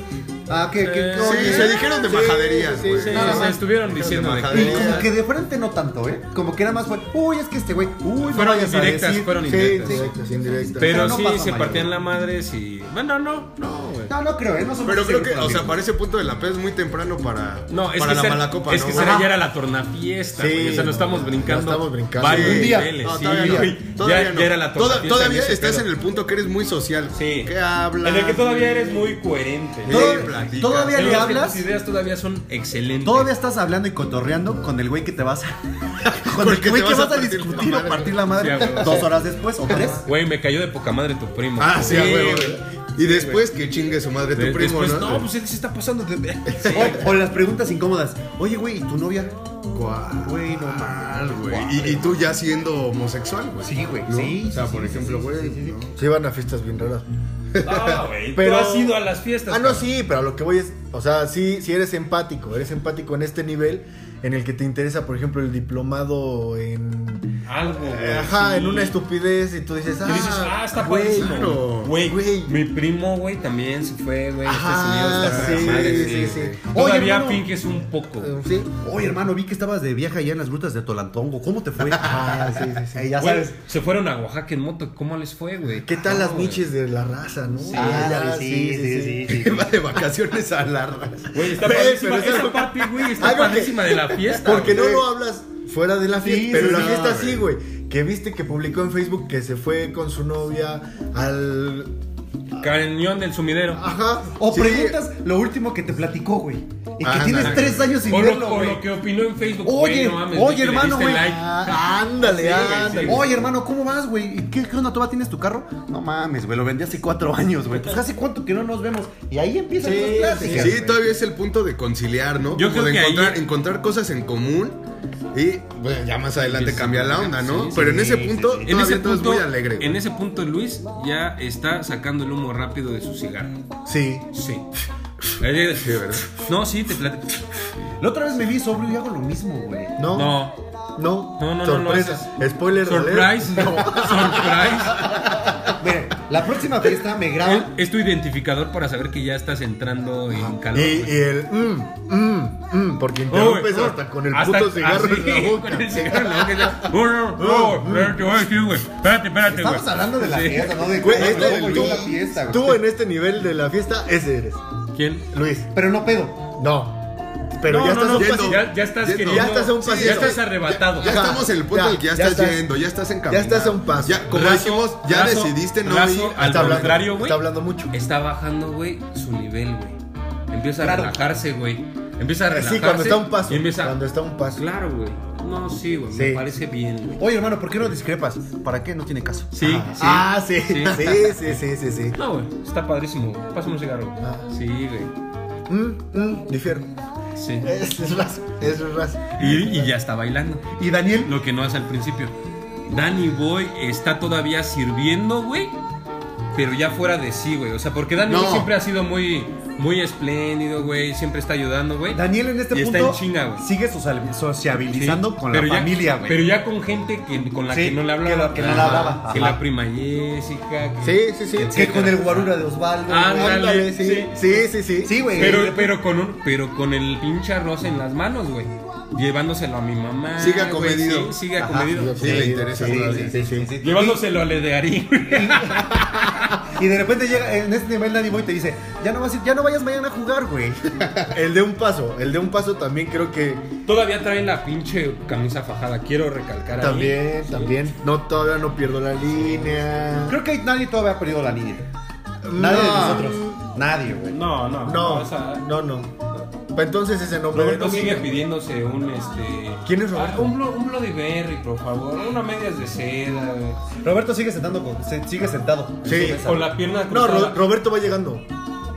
Ah, que. que- Eh, no, Sí, y- se dijeron de majaderías, sí, güey. Sí, nada se más. eh, estuvieron de diciendo. de- majadería. y como que de frente no tanto, ¿eh? Como que nada más fue, uy, es que este güey, uy, no Fueron vayas a indirectas, decir". fueron Sí, indirectas. indirectas, indirectas. Pero Pero no sí, pasa se mayor. partían la madre, sí. Bueno, no, no, güey. No, no creo, ¿eh? No somos Pero ese creo que, grupo de o sea, amigos. para ese punto de la peda es muy temprano para, No, es para que, la ser- mala copa, es ¿no? que güey? será ya era la tornafiesta, Sí, güey. O sea, no, nos estamos no, brincando. no estamos brincando. Varios Sí. niveles, No, sí, todavía no, güey. todavía ya, no. ya era la Toda- tornafiesta. todavía en ese estás pedo. en el punto que eres muy social. Sí. Que hablas. En el que todavía eres muy coherente. Sí, Todavía- platica. todavía En los le que hablas. Tus ideas todavía son excelentes. Todavía estás hablando y cotorreando con el güey que te vas a. Con Con el el que güey te que vas a vas a partir la discutir o madre. partir la madre Sí, a huevo. dos horas después o tres. Güey, me cayó de poca madre tu primo. Ah, sí, a huevo. güey. Y después que chingue su madre tu De- primo, después, ¿no? pues él se está pasando de. O, o las preguntas incómodas. Oye, güey, ¿y tu novia? ¿Cuál, Güey, no mames. güey? Y, y tú ya siendo homosexual, güey. Sí, güey. ¿no? Sí. O sea, sí, por sí, ejemplo, sí, güey. sí, sí, sí. ¿no? Sí, van a fiestas bien raras. Ah, güey. Pero Pero- has ido a las fiestas. Ah, no, cabrón. sí, pero a lo que voy es, o sea, sí, sí eres empático, eres empático en este nivel en el que te interesa, por ejemplo, el diplomado en... Algo, güey, eh, Ajá, Eh, sí. en una estupidez y tú dices, ah, Y dices, ah, está güey, padrísimo. claro, Güey, güey. mi primo, güey, también se fue, güey. a Estados Unidos, Ajá, Este está sí, poca madre, sí, sí. güey. Oye, Todavía hermano. finges un poco. Eh, Sí. Oye, hermano, vi que estabas de viaje allá en las grutas de Tolantongo. ¿Cómo te fue? Ah, sí, sí, sí. ya Güey, sabes. Se fueron a Oaxaca en moto. ¿Cómo les fue, güey? ¿Qué tal las güey. miches de la raza, no? Sí, Ah, sí, sí, sí, sí. Va de vacaciones a la Güey, está Ve, padrísima. pero es Esa algo- parte, güey, está algo Ah, que- padrísima de la fiesta. Porque no güey. lo hablas fuera de la Sí, fiesta, sí, pero en sí, la fiesta güey. sí, güey. Que viste que publicó en Facebook que se fue con su novia al... Cañón del sumidero. Ajá. O sí. preguntas lo último que te platicó, güey. Y que Ah, tienes ándale. tres años sin O verlo, lo, o güey. lo que opinó en Facebook. Oye, güey, no mames, oye, vi que le hermano, diste güey. like. Ah, ándale, Sí, güey, sí, ándale. güey. Oye, hermano, ¿cómo vas, güey? ¿Y ¿Qué, ¿Qué onda? ¿Todavía tienes tu carro? No mames, güey, lo vendí hace cuatro años, güey. Pues hace cuánto que no nos vemos. Y ahí empiezan Sí, las sí, pláticas. Sí, güey. todavía es el punto de conciliar, ¿no? Yo Como creo de que encontrar, ahí- encontrar cosas en común y bueno, ya más adelante Sí, cambiar la sí, onda, sí, ¿no? sí, Pero en ese sí, punto sí, sí. En ese, todavía todo es punto, muy alegre. güey. en ese punto Luis ya está sacando el humo rápido de su cigarro. Sí. Sí. Eh, Sí, ¿verdad? No, sí, te platico. La otra vez me vi sobrio y hago lo mismo, güey. No. No. No. No, no, no, Sorpresas. no, eso- Spoiler alert. Surprise. No. Surprise. Miren, la próxima fiesta me El- graban. Es tu identificador para saber que ya estás entrando en calor. Y, y güey. el mm, mm, mm, porque interrumpes Uy, hasta uy, con el hasta- puto cigarro así, en la boca. Con el cigarro en la boca. ya. No, no, no, Mm, espérate, te voy a decir, güey. Espérate, espérate, güey. Estamos hablando de la Sí. fiesta, ¿no? De Güey, cómo este- luego yo tú, la fiesta, güey. tú en este nivel de la fiesta, ese eres. ¿Quién? Luis. Pero no pedo. No. Pero ya estás a un yendo. pasito. ya, ya estás Yendo. queriendo. Ya estás a un Ya pasito. estás arrebatado. Ya Ajá, estamos en el punto ya, en el que ya, ya estás, estás- yendo, ya estás encaminado. ya estás a un paso. Ya, como Razo- dijimos, ya Razo- decidiste no Razo, ir. Al Está hablando- contrario, güey. Está hablando mucho. Está bajando, güey, su nivel, güey. Empieza a Claro. relajarse, güey. Empieza a relajarse. Sí, cuando está a un paso. Y empieza... Cuando está a un paso. Claro, güey. No, sí, güey. Me Sí. parece bien, güey. Oye, hermano, ¿por qué no discrepas? ¿Para qué? No tiene caso. Sí, Ah, sí. Ah, sí. Sí. Sí, sí, sí, sí, sí. No, güey. Está padrísimo. güey. Pásame un cigarro. güey. Ah. Sí, güey. Mm, mm, difiero. Sí. Es, es raza. Es raza. Y, y ya está bailando. Y Daniel, Lo que no hace al principio. Danny Boy está todavía sirviendo, güey. Pero ya fuera de sí, güey. O sea, porque Danny No. Boy siempre ha sido muy, muy espléndido, güey. Siempre está ayudando, güey. Daniel en este Y está punto en chinga, güey. sigue social- Sí, sociabilizando con la pero ya- familia, güey. Pero ya con gente que, con la Sí, que no le que hablaba. la- que no le hablaba, Ajá. Que ajá. la prima Jessica. que- Sí, sí, sí. Que con el guarura de Osvaldo. Ah, güey. dale, Ándale, sí. Sí, sí, sí. Sí, güey. Pero, pero, con un, pero con el pinche arroz en las manos, güey. Llevándoselo a mi mamá. Sigue güey, acomedido. sí, sigue Ajá, acomedido. Sí, le interesa todavía. sí, sí. Llevándoselo a Ledegarín, güey. Y de repente llega en este nivel Danny Boy y te dice, ya no vas a ir- ya no vayas mañana a jugar, güey. El de un paso. El de un paso también creo que. Todavía trae la pinche camisa fajada. Quiero recalcar ahí. También, Sí. también. No, todavía no pierdo la línea. Creo que nadie todavía ha perdido la línea. Nadie de nosotros. Nadie, güey. No, no. No, esa- no, no. Pa- Entonces ese nombre. Roberto sigue pidiéndose un este. ¿Quién es Roberto? Ah, un, blo- un Bloody Berry, por favor. Una medias de seda, güey. Roberto sigue sentando con- se- sigue sentado. en Sí. su mesa. Con la pierna No, cruzada. Ro- Roberto va llegando.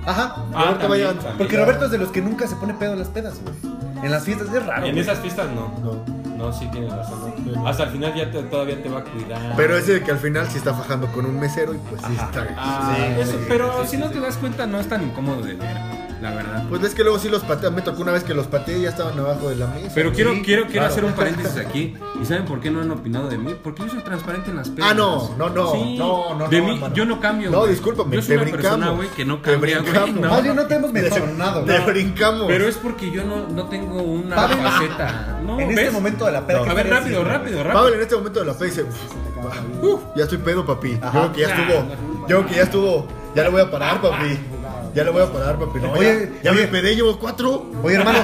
Ajá. Ah, Roberto también, Valle. también. Porque Roberto es de los que nunca se pone pedo en las pedas, güey. En las fiestas es raro. En güey. esas fiestas no. No. No, sí tienes razón. ¿no? Hasta el final ya te- todavía te va a cuidar. Pero ese de que al final sí está fajando con un mesero y pues sí está. Ah, sí. eso, Pero pero si no te das cuenta, no es tan incómodo de ver, la verdad. Pues ves que luego sí los patea. Me tocó una vez que los pateé y ya estaban abajo de la mesa. Pero quiero, Sí, quiero, quiero claro. hacer un paréntesis aquí. ¿Y saben por qué no han opinado de mí? Porque yo soy transparente en las pedas. Ah, no, no, no, Sí. no, no, De no, mí, hermano. yo no cambio. No, güey. discúlpame, Yo soy te una persona, brincamos. güey, que no Te cambia, güey. brincamos. Más No. bien Ah, no te hemos mencionado. Te güey. brincamos. ah. Pero es porque yo no, no tengo una Pavel, faceta. No, en ¿ves? este momento de la peda. A ver, rápido, rápido, rápido. Pavel en este momento de la fe dice, "Uf, uf, ya estoy pedo, papi. Yo creo que ya Nah, estuvo. Yo creo que ya estuvo. Ya le voy a parar, papi. Ya le voy a parar, papi. No, Oye, ya, ya oye. me pedé, llevo cuatro. Oye, hermano.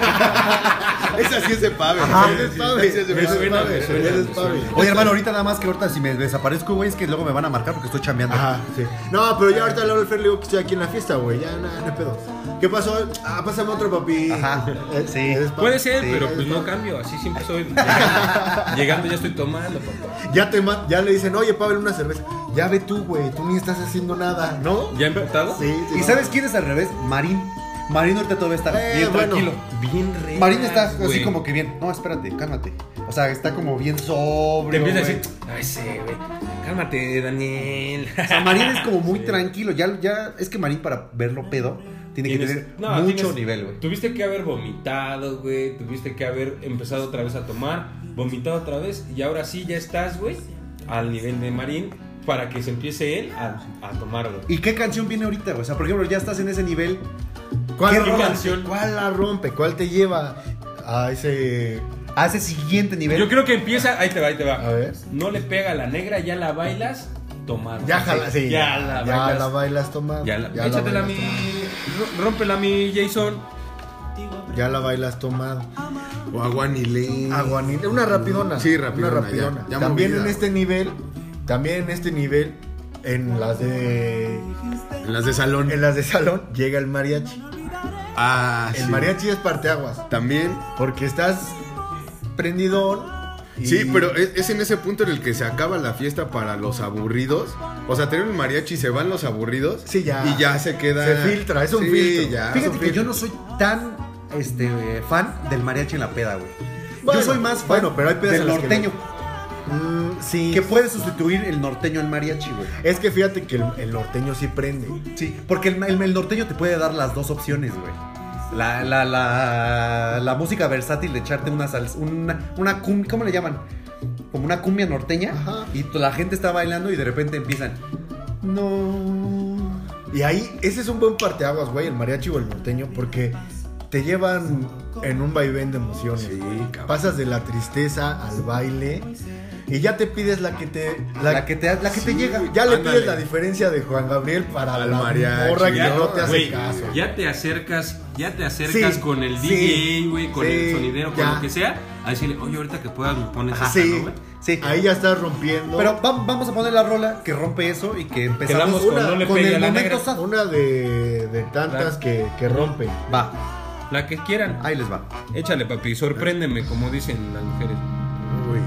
Esa sí es de Pavel. Esa es de Pavel. Esa es de Me suena, Pavel. me suena, Esa es me de suena. Pavel. Oye, hermano, ahorita nada más que ahorita si me desaparezco, güey, es que luego me van a marcar porque estoy chambeando. Ajá, sí. No, pero ya ahorita le hablo al Fer le digo que estoy aquí en la fiesta, güey. Ya, nada, no hay pedo. ¿Qué pasó? Ah, pásame otro, papi. Ajá, Eh, sí. eres Pavel. Puede ser, Sí, pero eres pues no Pavel. cambio. Así siempre soy. Llegando, llegando ya estoy tomando, papá. Ya, te ma- ya le dicen, oye, Pavel, una cerveza. Ya ve tú, güey. Tú ni estás haciendo nada, ¿no? ¿Ya emputado? Sí, sí. ¿Y sabes quién es al revés? Marín. Marín ahorita todavía está Eh, bien bueno. tranquilo. Bien re. Marín está así güey. como que bien. No, espérate, cálmate. O sea, está como bien sobrio. Te empieza a güey. decir, ay, sé, güey. Cálmate, Daniel. O sea, Marín es como muy tranquilo. Ya, ya, es que Marín para verlo pedo tiene que Tienes- tener no, mucho tienes- nivel, güey. Tuviste que haber vomitado, güey. Tuviste que haber empezado otra vez a tomar, vomitado otra vez. Y ahora sí ya estás, güey, al nivel de Marín para que se empiece él a, a tomar, güey. ¿Y qué canción viene ahorita? güey? O sea, por ejemplo, ya estás en ese nivel. ¿Cuál, ¿Qué rompe? rola? canción? ¿Cuál la rompe? ¿Cuál te lleva a ese. A ese siguiente nivel. Yo creo que empieza. Ahí te va, ahí te va. A ver. No le pega a la negra, ya la bailas, tomar. Ya jala, sí. Ya la ya bailas. la bailas, toma. Ya la- échatela a mi. bailas, ro- Rómpela a mi Jason. toma. Ya la bailas, toma. O aguanilé. Aguanil, una rapidona. Sí, rapidona, Una rapidona. ya, ya también movida, en este nivel, también en este nivel, en las de. En las de salón. En las de salón llega el mariachi. Ah, El sí. mariachi es parteaguas. También. Porque estás prendidón. y- Sí, pero es, es en ese punto en el que se acaba la fiesta para los aburridos. O sea, tienen el mariachi y se van los aburridos. Sí, ya. Y ya se queda. Se filtra, es un Sí, filtro. ya. Fíjate que yo no soy tan este eh, fan del mariachi en la peda, güey. Bueno, yo soy más fan bueno, pero hay pedas del en las que norteño. Mm, sí. Que, puede sustituir el norteño al mariachi, güey. Es que fíjate que el, el norteño sí prende. Sí, porque el, el- el norteño te puede dar las dos opciones, güey. La, la, la, la música versátil de echarte una salsa, una, una cumbia, ¿cómo le llaman? Como una cumbia norteña. Ajá. Y t- la gente está bailando y de repente empiezan. No. Y ahí, ese es un buen parteaguas, güey, el mariachi o el norteño, porque te llevan en un vaivén de emociones. Sí, cabrón. Pasas de la tristeza al baile y ya te pides la que te. La, que te, la que te Sí, llega. Ya le Ándale. pides la diferencia de Juan Gabriel para Al la mariachi, morra que ya, no te hace Güey, caso. ya te acercas, ya te acercas Sí, con el sí, DJ, güey, con el sí, sonidero, con ya. lo que sea, a decirle, oye, ahorita que puedas me pones Ajá. esta, Sí. ¿no, güey? Sí. Ahí ya estás rompiendo. Pero va- vamos a poner la rola que rompe eso y que empezamos Quedamos con una- no le con pegue el a la momento negra. sad. Una de, de tantas que, que rompe. Va, La que quieran. ahí les va. Échale, papi, sorpréndeme, como dicen las mujeres. Uy.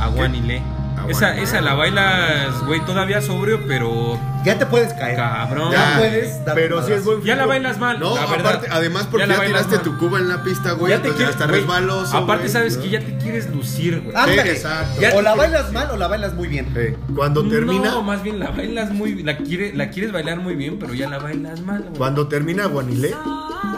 Aguanile. Aguanile. Esa, esa la bailas, güey, todavía sobrio, pero Ya te puedes caer. cabrón. Eh, Ya Ya, puedes dar Pero un sí es buen Ya la filtro. bailas mal. No, la verdad. aparte, además porque la ya, bailas tiraste mal. tu cuba en la pista, güey. Ya te entonces ya quieres, está güey, resbaloso. Aparte, güey. sabes que ya te quieres lucir, güey. Ándale. Sí, exacto. Ya- o la bailas mal o la bailas muy bien. Eh, Cuando termina, No, más bien la bailas muy la quiere, la quieres bailar muy bien, pero ya la bailas mal. güey. cuando termina Guanilé,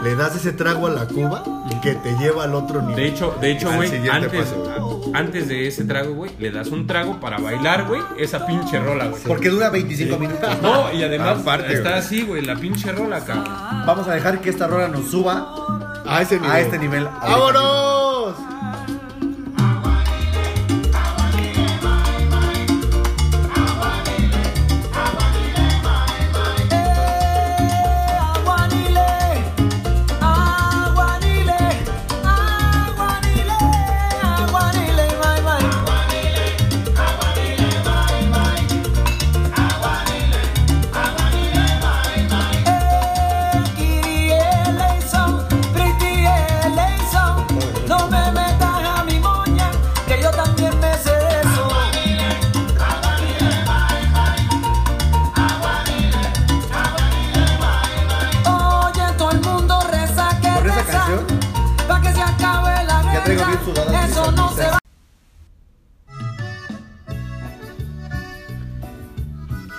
le das ese trago a la cuba que te lleva al otro nivel. De hecho, de hecho, Al güey, siguiente antes, paso, antes de ese trago, güey, le das un trago para bailar, güey, esa pinche rola, güey. Porque dura 25 minutos. No, y además Aparte, está güey. así, güey, la pinche rola acá. Vamos a dejar que esta rola nos suba a ese nivel. a este nivel. ¡Vámonos! Aguanile, aguanile, aguanile, aguanile, bye bye. Aguanile, aguanile, bye bye. Aguanile, aguanile, bye bye. Pretty Eleison, pretty Eleison, traigo bien sudadas mis Eso no se va.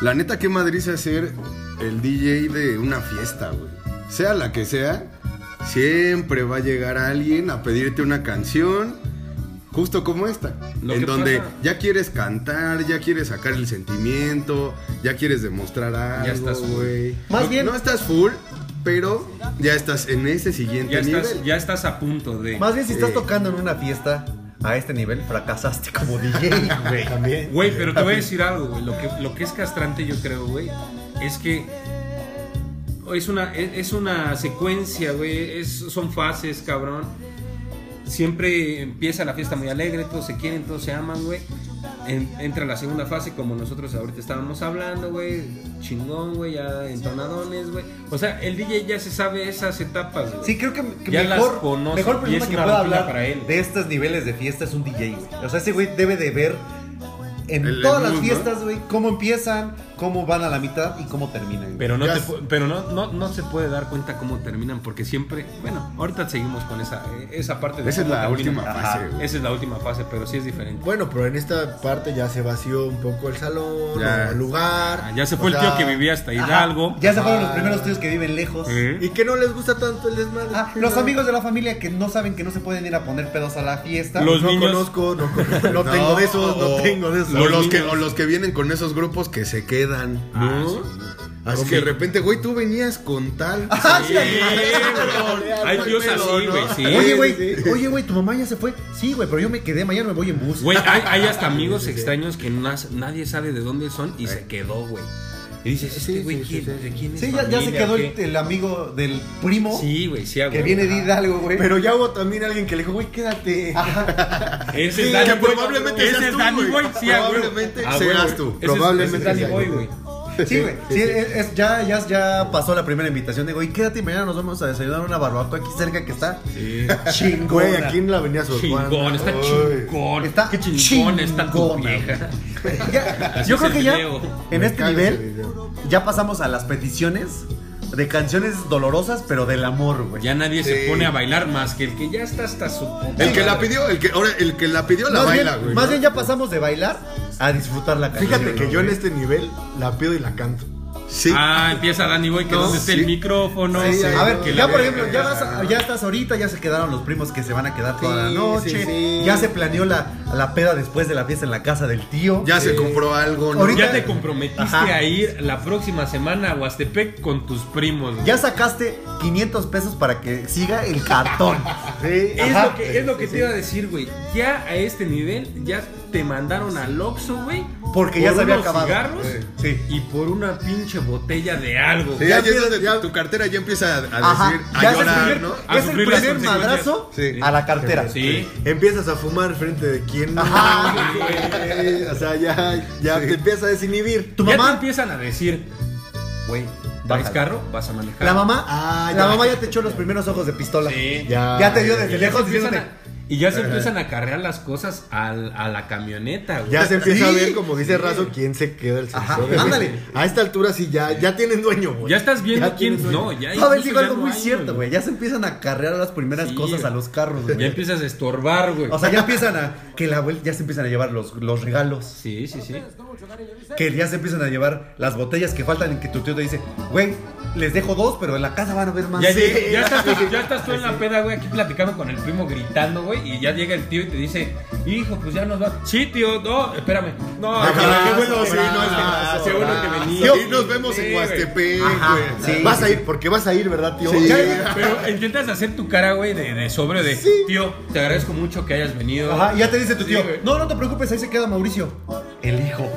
La neta, qué madriza ser el DJ de una fiesta, güey. Sea la que sea, siempre va a llegar alguien a pedirte una canción, justo como esta. Lo en que donde pasa. ya quieres cantar, ya quieres sacar el sentimiento, ya quieres demostrar algo, estás full. güey. Más No- bien- No estás full, pero ya estás en ese siguiente Ya nivel. estás, ya estás a punto de. Más bien, si estás Eh. tocando en una fiesta a este nivel, fracasaste como DJ, güey. También. Güey, pero te voy a decir algo, güey. Lo que, lo que es castrante, yo creo, güey, es que es una, es, es una secuencia, güey. es- Son fases, cabrón. Siempre empieza la fiesta muy alegre, todos se quieren, todos se aman, güey. En- entra la segunda fase, como nosotros ahorita estábamos hablando, güey. Chingón, güey, ya entonadones, güey. O sea, el DJ ya se sabe esas etapas, güey. Sí, creo que, que Ya las mejor, conoce, mejor y es persona que una pueda rutina hablar para él. de estos niveles de fiesta es un DJ, güey. O sea, ese güey debe de ver en El- el todas las mood, ¿no? fiestas, güey, cómo empiezan, cómo van a la mitad y cómo terminan. güey. Pero, no, Ya te es- pu- pero no, no, no se puede dar cuenta cómo terminan, porque siempre, bueno, ahorita seguimos con esa, eh, esa parte de Esa es cómo la terminan. última Ajá. fase, güey. Esa es la última fase, pero sí es diferente. Bueno, pero en esta parte ya se vació un poco el salón, Ya. o el lugar. Ah, ya se o fue el tío sea, que vivía hasta Ajá. Hidalgo. Ya se fueron Ah. los primeros tíos que viven lejos. ¿Eh? Y que no les gusta tanto el desmadre. Ah, los amigos de la familia que no saben que no se pueden ir a poner pedos a la fiesta. Los- no niños- conozco, no, conozco, no tengo de esos, no o- tengo de esos. O los, que, niños. o los que vienen con esos grupos que se quedan, ¿no? Ah, Así Ok. que de repente, güey, tú venías con tal. Ah, Sí, güey. Hay tíos así, güey, Oye, sí. güey, oye, güey, tu mamá ya se fue. Sí, güey, pero yo me quedé, mañana me voy en bus. Güey, hay, hay hasta amigos extraños que nas- nadie sabe de dónde son y se quedó, güey. Y dices, este güey, ¿quién, ¿de quién es Sí, ya, ya se familia, quedó el, qué? el amigo del primo Sí, güey, sí, a que huevo. viene de Hidalgo, güey. Pero ya hubo también alguien que le dijo, güey, quédate. Ah, Sí, Ese es Danny que Boy. probablemente Ese seas es tú, Danny güey. Boy, sí, a huevo. Probablemente A huevo. seas tú. Ese es- ese Probablemente es seas Danny Boy, tú. güey. Sí, güey. Sí, es, es- ya, ya, ya pasó la primera invitación de, güey, quédate y mañana nos vamos a desayunar a una barbacoa aquí cerca que está. Sí. Chingona. Güey, aquí en la avenida Sor Juana. Chingón, está Ay. chingón. Está Qué chingón está tu chingona, vieja. Ya, Así yo es creo que el ya, video. en Me este caga ese nivel, video. ya pasamos a las peticiones de canciones dolorosas, pero del amor, güey. Ya nadie se pone a bailar más que el que ya está hasta su puta El que la madre. pidió, el que, ahora, el que la pidió la más baila, bien, güey. más ¿no? bien ya pasamos de bailar a disfrutar la canción. Fíjate que yo en este nivel la pido y la canto. Sí. Ah, empieza Danny Boy que donde esté sí. el micrófono. Sí, sí. A ver, que ya la- por ejemplo, ya, vas a- ya estás ahorita, ya se quedaron los primos que se van a quedar toda la Sí, noche. sí, sí. Ya se planeó la, la peda después de la fiesta en la casa del tío. ya se compró algo, ¿no? Ahorita- Ya te comprometiste Ajá. a ir la próxima semana a Huastepec con tus primos. güey. Ya sacaste 500 pesos para que siga el cartón. Sí. Es Ajá. lo que, es lo que te iba a decir, güey. Ya a este nivel, ya te mandaron al Oxxo, güey. Porque por ya se había unos acabado. cigarros Sí. y por una pinche botella de algo. Sí, güey. ya, Ya ahí es pides- donde ya- tu cartera ya empieza a, a Ajá. decir, a Ya es el llorar, primer, ¿no? ya es el sufrir las primer consecuencias. madrazo Sí. a la cartera. Sí. Empiezas a fumar frente de quién. no, güey. O sea, ya, ya te empiezas a desinhibir. Tu ya te mamá, empiezan a decir, güey, ¿traes Bájala. carro? Vas a manejar. la mamá, Ah, la ya. mamá ya te echó los primeros ojos de pistola. Sí. Ya, ya te vio desde Y ya, se lejos empiezan diciéndote. a, y ya se empiezan a carrear las cosas al- a la camioneta, güey. Ya se empieza a Sí. ver, como dice Razo, quién se queda el Ajá, sensor. ándale. A esta altura sí, ya, ya tienen dueño, güey. Ya estás viendo Ya quién. tienes dueño. No, ya. No, a incluso ver, digo ya algo no muy hay, cierto, güey. Ya se empiezan a carrear las primeras Sí, cosas a güey. los carros, Ya güey. empiezas a estorbar, güey. O sea, ya empiezan a. Que la abuel- ya se empiezan a llevar los, los regalos. sí, sí, sí. Que ya se empiezan a llevar las botellas que faltan. En que tu tío te dice, güey, les dejo dos, pero en la casa van a ver más. Ya, llega- ya estás, tú- ya estás tú en la peda, güey, aquí platicando con el primo, gritando, güey, y ya llega el tío y te dice, hijo, pues ya nos va. Sí, tío, no, espérame. No, Ah, cabrón, qué que- bueno, sí, no, ah, es que- qué bueno que ah, veniste. tío, Y nos vemos Sí, en güey. Huastepec, Ajá. güey. Sí, vas sí, a ir, porque vas a ir, ¿verdad, tío? Sí. Ya- Pero intentas hacer tu cara, güey, de, de sobrio, de tío, te agradezco mucho que hayas venido. Ajá, y ah, ya te dice tu Sí, tío, güey. no, no te preocupes, ahí se queda Mauricio. El hijo.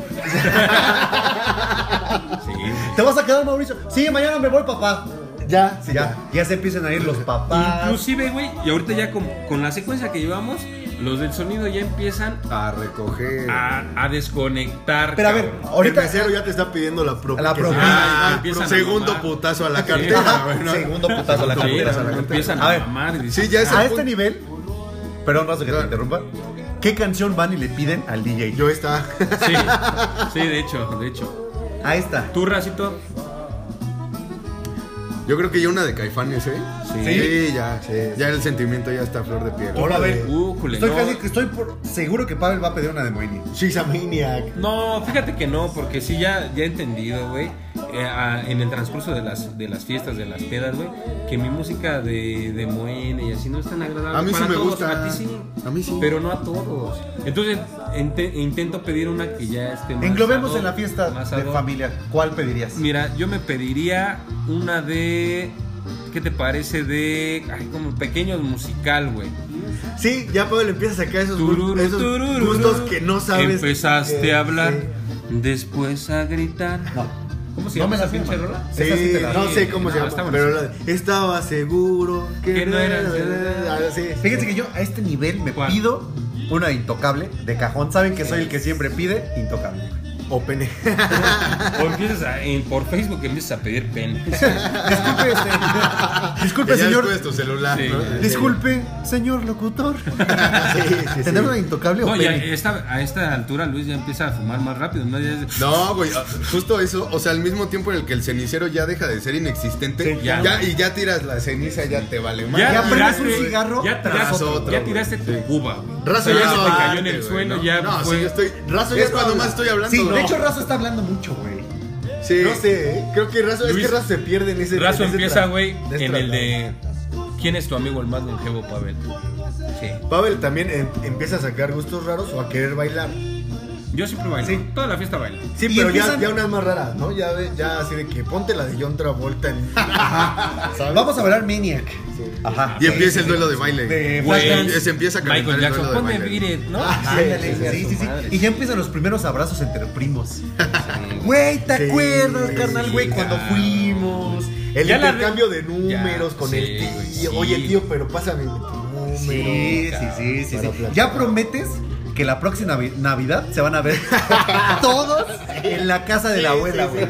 Sí, güey. ¿Te vas a quedar Mauricio? Sí, mañana me voy, papá. Ya, Ah, Sí, ya, ya se empiezan a ir los papás. Inclusive, güey, y ahorita ya con, con la secuencia que llevamos, los del sonido ya empiezan A recoger. a, a desconectar. Pero a ver, cabrón. Ah, ahorita. El mesero ya te está pidiendo la propia. La que propina. sea- Ah, Ah, empiezan a segundo mamar. putazo a la Sí. cartera, Ajá, güey, ¿no? Segundo putazo a la Sí, cartera. no, a la empiezan cartera. a, a ver, mamar y Sí, dicen, ya es a el este punto. nivel. Perdón, Razo, que te Claro. interrumpa. ¿Qué canción van y le piden al DJ? Yo está. Sí, sí, de hecho, de hecho. A esta. Tú, Racito, Yo creo que ya una de caifanes, ¿eh? Sí, ya. Ya el sentimiento ya está a flor de piel. Ahora a ver. Uh, culé, estoy no. casi que estoy por- seguro que Pavel va a pedir una de Moini. She's a maniac. No, fíjate que no, porque sí ya, ya he entendido, güey, eh, a- en el transcurso de las, de las fiestas, de las pedas, güey, que mi música de, de Moene y así no es tan agradable. A mí sí para me todos, gusta. A ti sí. A mí sí. Pero no a todos. Entonces ente- intento pedir una que ya esté más. Englobemos ad en la hoc, fiesta más ad de hoc. familia. ¿Cuál pedirías? Mira, yo me pediría una de. ¿Qué te parece? De. Ay, como pequeños musical, güey. Sí, ya Pavel empieza a sacar esos, gu- Tururu, esos tururu. gustos que no sabes. Empezaste que- a hablar, sí. después a gritar. No. ¿Cómo se No llama me la esa sé, pinche man. rola? Sí, Esa sí te la- no sé cómo se No, llama, está pero buenísimo. la de, estaba seguro que, Que no no era. era- Ah, sí. Fíjense que yo a este nivel me ¿Cuál? pido una intocable de cajón. Saben que soy el que siempre pide intocable. O pene. O empiezas a- en- por Facebook empiezas a pedir pene. Disculpe, este, disculpe Que ya señor. después tu celular, Sí. ¿no? Disculpe, señor locutor. sí, sí, sí. ¿Tener una intocable o No, ya pene? esta- a esta altura Luis ya empieza a fumar más rápido. ¿no? Ya es- No, güey, ah, justo eso, o sea, al mismo tiempo en el que el cenicero ya deja de ser inexistente, Sí, ya, ya. y ya tiras la ceniza, ya te vale más. Ya prendes un tiraste- cigarro, ya tras tiraste, otro, ya güey. tiraste tu cuba. güey. Raza, O sea, ya ya se no te arte, cayó en el suelo, ya No, sí, fue- yo estoy. Razo ya es cuando habla. más estoy hablando. Sí, ¿no? de hecho Razo está hablando mucho, güey. Sí. No sé, ¿eh? creo que Razo, es Luis- que Razo se pierde en ese. Razo en ese empieza, tra- güey, ese en el de. tratado. ¿Quién es tu amigo el más longevo, Pavel? Sí. Pavel también em- empieza a sacar gustos raros o a querer bailar. Yo siempre bailo. Sí. Toda la fiesta bailo. Sí, Y pero ya, empiezan- ya unas más raras, ¿no? Ya, de- ya así de que ponte la de John Travolta en. ¿Sabes? Vamos a hablar Maniac. Ajá. Y empieza el duelo de baile. De Güey, Flashdance. se empieza a Michael calentar el Jackson, duelo de ponme baile. beat it, ¿no? Ah, sí, Ándale, sí, sí, sí, sí, sí. sí. Y ya empiezan los primeros abrazos entre primos. Sí. Güey, ¿te Sí, acuerdas, carnal, sí, güey? cuando claro. fuimos. El Ya la intercambio de números Ya, con sí, el tío. güey, sí. Oye, tío, pero pásame tu número. Sí, sí, sí, sí, Para sí. platicar. Ya prometes que la próxima vi- Navidad se van a ver todos en la casa de la abuela, güey.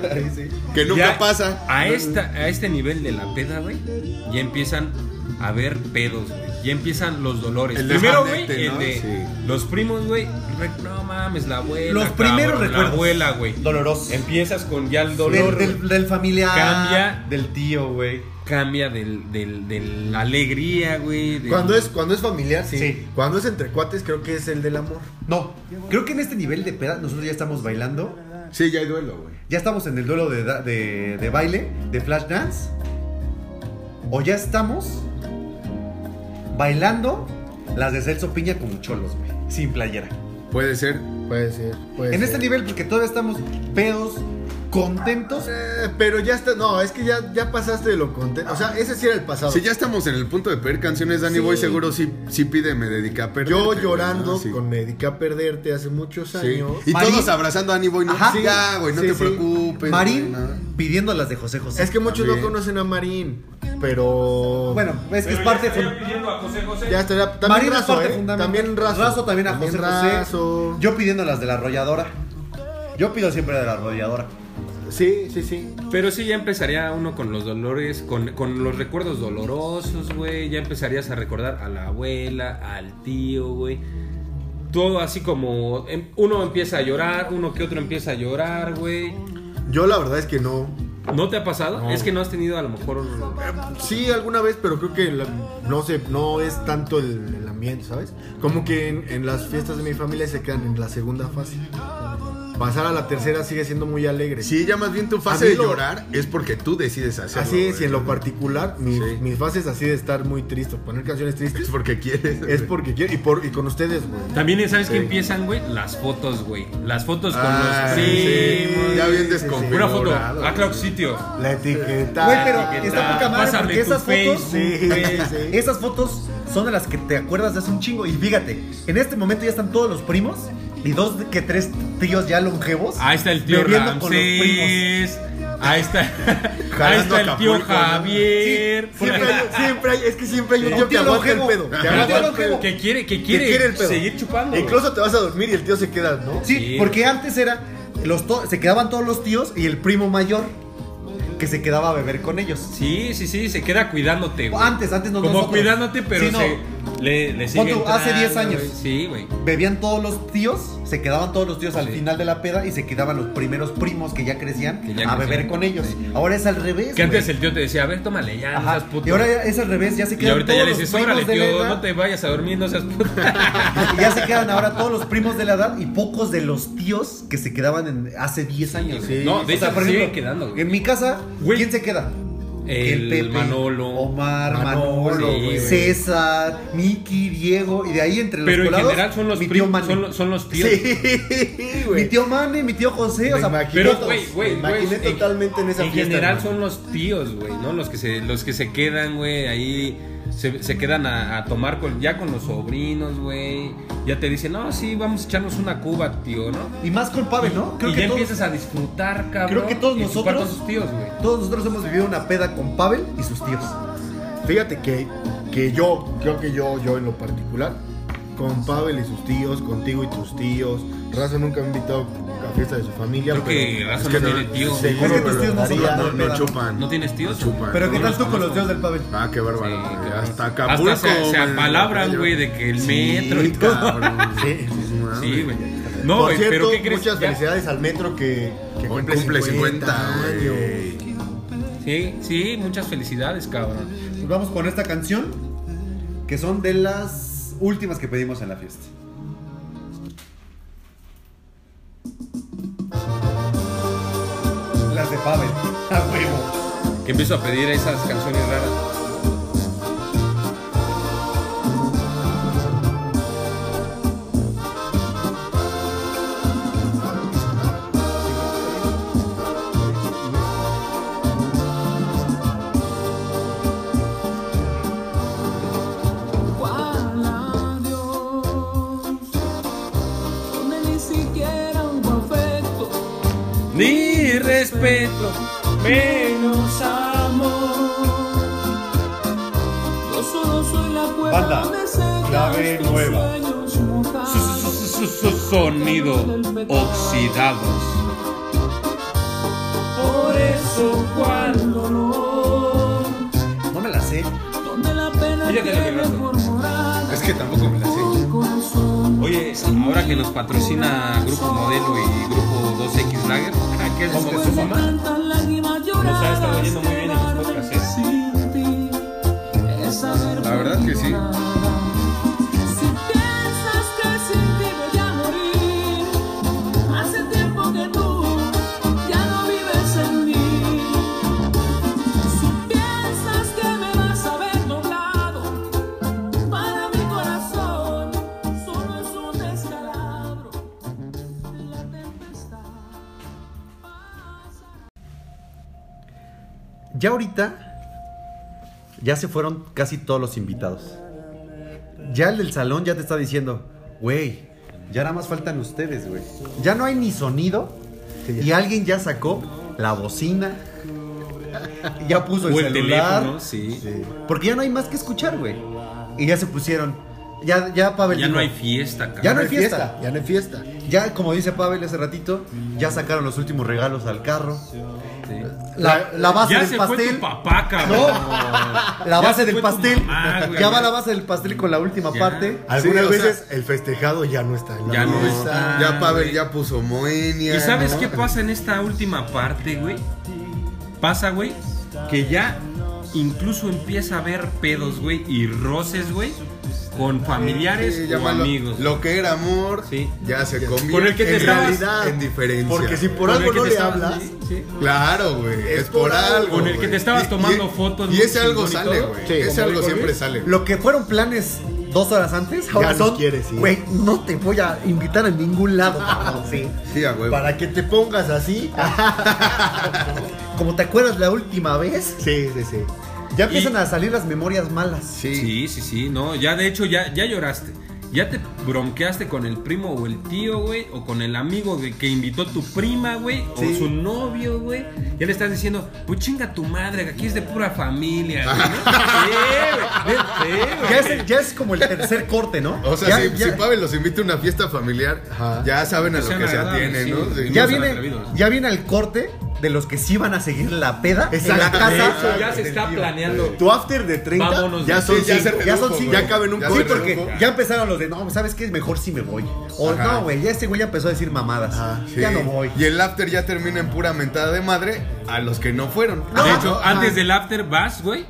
Que nunca Ya pasa. A, esta, a este nivel de la peda, güey, ya empiezan a haber pedos, güey. Ya empiezan los dolores. El Primero, güey, desmadete, ¿no? el de Sí. los primos, güey. re- No mames, la abuela. Los primeros cabrón, recuerdos. La abuela, güey. Dolorosos. Empiezas con ya el Del, dolor. del, güey. del familiar. Cambia. Del tío, güey. Cambia del, del, de la alegría, güey. del- Cuando es, cuando es familiar, sí. Sí. Cuando es entre cuates, creo que es el del amor. No, creo que en este nivel de peda nosotros ya estamos bailando. Sí, ya hay duelo, güey. Ya estamos en el duelo de, da- de, de baile, de flash dance. O ya estamos bailando las de Celso Piña como cholos, güey. Sin playera. Pues Puede ser. Puede ser, puede En ser. este nivel, porque todavía estamos pedos, contentos. Eh, pero ya está, no, es que ya, ya pasaste de lo contento. O sea, ese sí era el pasado. Si ya estamos en el punto de pedir canciones, Danny Sí. Boy seguro sí, sí pide Me Dedica a Perderte, Yo güey, ¿no? llorando Sí. con Me dediqué a perderte hace muchos Sí. años. Y Marín- todos abrazando a Danny Boy. No, Ajá. Sí, ya, güey, no Sí, te sí. preocupes. Marín güey, nada. pidiendo las de José José. Es que muchos no También. conocen a Marín, pero. bueno, es que es parte. fun- ya estaría. También Marín es Razo, parte ¿eh? fundamental. También Razo. también a José Razo. José. Yo pidiendo las de la arrolladora. Yo pido siempre de la arrolladora. Sí, sí, sí. Pero sí, ya empezaría uno con los dolores, con, con los recuerdos dolorosos, güey. Ya empezarías a recordar a la abuela, al tío, güey. Todo así como em, uno empieza a llorar, uno que otro empieza a llorar, güey. Yo la verdad es que no. ¿No te ha pasado? Es que no has tenido a lo mejor un- Sí, alguna vez, pero creo que la- no sé, no es tanto el, el ambiente, ¿sabes? Como que en, en las fiestas de mi familia se quedan en la segunda fase. Pasar a la tercera sigue siendo muy alegre. Sí, ya más bien tu fase mí de lo- llorar es porque tú decides hacerlo. Así es, güey. y en lo particular, mi- Sí. mis fases así de estar muy triste, poner canciones Es tristes, porque quieres. es güey. porque quiero, y, por, y con ustedes, güey. También sabes que Sí. empiezan, güey, las fotos, güey. Las fotos con Ah, los sí, primos. Ya bien Sí, sí, sí. Una desconfigurado. foto, Ah, a Clock Sitio. La etiqueta. Güey, pero ¿qué está tal? poca madre Pásame porque tu esas fotos. Facebook, Sí, güey. sí. Esas fotos son de las que te acuerdas de hace un chingo. Y fíjate, en este momento ya están todos los primos y dos que tres tíos ya longevos. Ahí está el tío bebiendo con los Ramsés. Ahí está, ahí Jalando está el tío Acapulco, ¿no? Javier. Siempre hay, siempre hay- es que siempre hay un tío que tío aguanta el longevo. pedo. Un Que tío aguanta el longevo. pedo. Que quiere, que quiere, Que quiere el pedo. seguir chupando. Incluso te vas a dormir y el tío se queda, ¿no? Sí, Sí. porque antes era los to- se quedaban todos los tíos y el primo mayor que se quedaba a beber con ellos. Sí, sí, sí, se queda cuidándote. güey. Antes, antes Ah, no Como nosotros. cuidándote, pero Sí, no, se- Le, le sigue Pon tú, hace entrando, 10 años. güey. Sí, güey. Bebían todos los tíos, se quedaban todos los tíos al Sí. final de la peda y se quedaban los primeros primos que ya crecían Que ya a crecían. beber con ellos. Ahora es al revés. Que antes güey. el tío te decía, a ver, tómale ya, no Ajá. seas puto. Y ahora ya es al revés, ya se Y quedan ahorita todos ya le los dices, primos órale, de la tío, edad. no te vayas a dormir, no seas puto. Y ya se quedan ahora todos los primos de la edad y pocos de los tíos que se quedaban en- hace 10 años. Sí. No, de O sea, hecho, por se siguen ejemplo, quedando, güey. En mi casa, Güey. ¿quién se queda? El, Manolo. Omar, Manolo, Manolo, güey. César, Miki, Diego, y de ahí entre los Pero en colados, general son los, mi tío prim- Mane. son, los- son los tíos. Sí, Mi güey. tío Mane, mi tío José, o Me sea, imaginé, Pero, todos, güey, güey, me imaginé güey, totalmente en esa En fiesta, general hermano. son los tíos, güey, ¿no? Los que se, los que se quedan, güey, ahí se, se quedan a, a tomar con, ya con los sobrinos, güey. Ya te dicen, no, sí, vamos a echarnos una cuba, tío, ¿no? y más con Pavel, ¿no? Creo y que ya todos, empiezas a disfrutar, cabrón. Creo que todos y ocupar nosotros- con sus tíos, güey. todos nosotros hemos vivido una peda con Pavel y sus tíos. Fíjate que, que yo, creo que yo, yo en lo particular, con Pavel y sus tíos, contigo y tus tíos, Raza nunca me ha invitado a fiesta de su familia. Creo pero que Raza es no tiene tío. Seguro Es que me tus lo tíos no son daría. tan- No, no chupan. ¿No tienes tíos? No chupan. Pero ¿qué no tal los tú con los conozco. tíos del Pavel? Ah, qué bárbaro. Sí, güey. qué hasta bárbaro. Acapulco. Hasta se- se güey, apalabran, yo- güey, de que el Sí, metro y todo. cabrón. Sí. mames. Sí, güey. No, Por güey, pero cierto, ¿qué crees? muchas Ya- felicidades al metro que, que Hoy cumple 50, güey. años. Sí, sí, muchas felicidades, cabrón. Pues vamos con esta canción, que son de las últimas que pedimos en la fiesta. Las de Pavel, a huevo. Que empiezo a pedir esas canciones raras. Cuál adiós, donde ni siquiera hubo afecto, Ni respeto, menos. menos amor. Yo solo soy la cuerda Banda, donde se clave nueva. sueños mojados. Sonido oxidados. Por eso cuál dolor, No me la sé. donde la pena Fíjate lo que tiene rato. por morada Es que tampoco me la sé. un corazón. Oye, ahora que nos patrocina Grupo Modelo y Grupo 2X Lager, ¿qué es ¿Cómo como que se tú? llama? Tantas lágrimas Nos ha estado lloradas yendo muy bien en los quedarme podcasts, ¿eh? sin ti, es saber La verdad que sí. nada. Si piensas que sin ti voy a morir, hace tiempo que tú ya no vives en mí. Si piensas que me vas a ver doblado, para mi corazón solo es un descalabro. La tempestad pasa. Ya ahorita, ya se fueron casi todos los invitados. Ya el del salón ya te está diciendo, güey, ya nada más faltan ustedes, güey. Ya no hay ni sonido Sí, ya. y alguien ya sacó la bocina. Ya puso el, O el celular. teléfono, sí. Porque ya no hay más que escuchar, güey. Y ya se pusieron. Ya, ya Pavel. Ya no dijo, hay fiesta, Ya cabrón. no hay fiesta. Ya no hay fiesta. Ya, como dice Pavel hace ratito, ya sacaron los últimos regalos al carro. La, la base Ya del se fue pastel. tu papá, cabrón. la Ya base se fue del tu pastel. mamá, güey. ya va la base del pastel con la última Ya. parte. Algunas Sí, o sea- veces el festejado ya no está. en la Ya no mesa. está. Ya Pavel ya puso moenia. ¿Y sabes ¿no? qué pasa en esta última parte, güey? Pasa, güey, que ya incluso empieza a haber pedos, güey, y roces, güey, con familiares Sí, o llámalo- amigos. Lo que era amor, Sí. ya se convierte Con el que te en estabas- realidad en diferencia. Porque si por Con el algo que no te le estabas- hablas, sí, sí. Claro, güey. Es, por algo. Con el que güey. te estabas Y- tomando y- fotos, Y ¿no? ese algo Chingón y sale, todo. güey. Sí, ese como algo dijo siempre Luis. sale. güey. Lo que fueron planes dos horas antes, ahora no son. quieres ir. Güey, no te voy a invitar a ningún lado, cabrón, sí. Sí, a huevo. Para que te pongas así. Como te acuerdas la última vez, Sí, sí, sí. ya empiezan Y- a salir las memorias malas. Sí. Sí, sí, sí, no, ya de hecho ya, ya lloraste. Ya te bronqueaste con el primo o el tío, güey, o con el amigo de- que invitó tu prima, güey, o su novio, güey. Ya le estás diciendo, pues chinga tu madre, que aquí es de pura familia. güey". Sí, güey, sí, güey. Ya es, ya es como el tercer corte, ¿no? O sea, Ya- si, ya- si Pavel los invita a una fiesta familiar, Ajá. ya saben a Que lo sean que se agradables, atienen, sí, ¿no? güey. Sí, Ya no se viene, atrevidos. ya viene el corte de los que sí van a seguir la peda en la Exacto. casa. Eso Ya se está planeando. Tu after de 30 Vámonos ya de- son Sí, ya se 5. Ya son redujo, cinco. Ya caben un Ya Sí, coche. se porque redujo. ya empezaron los de no, ¿sabes qué? Mejor si me voy. O Ajá. no, güey, ya este güey ya empezó a decir mamadas. Sí. Ya no voy. Y el after ya termina en pura mentada de madre a los que no fueron. De hecho, antes del after vas, güey.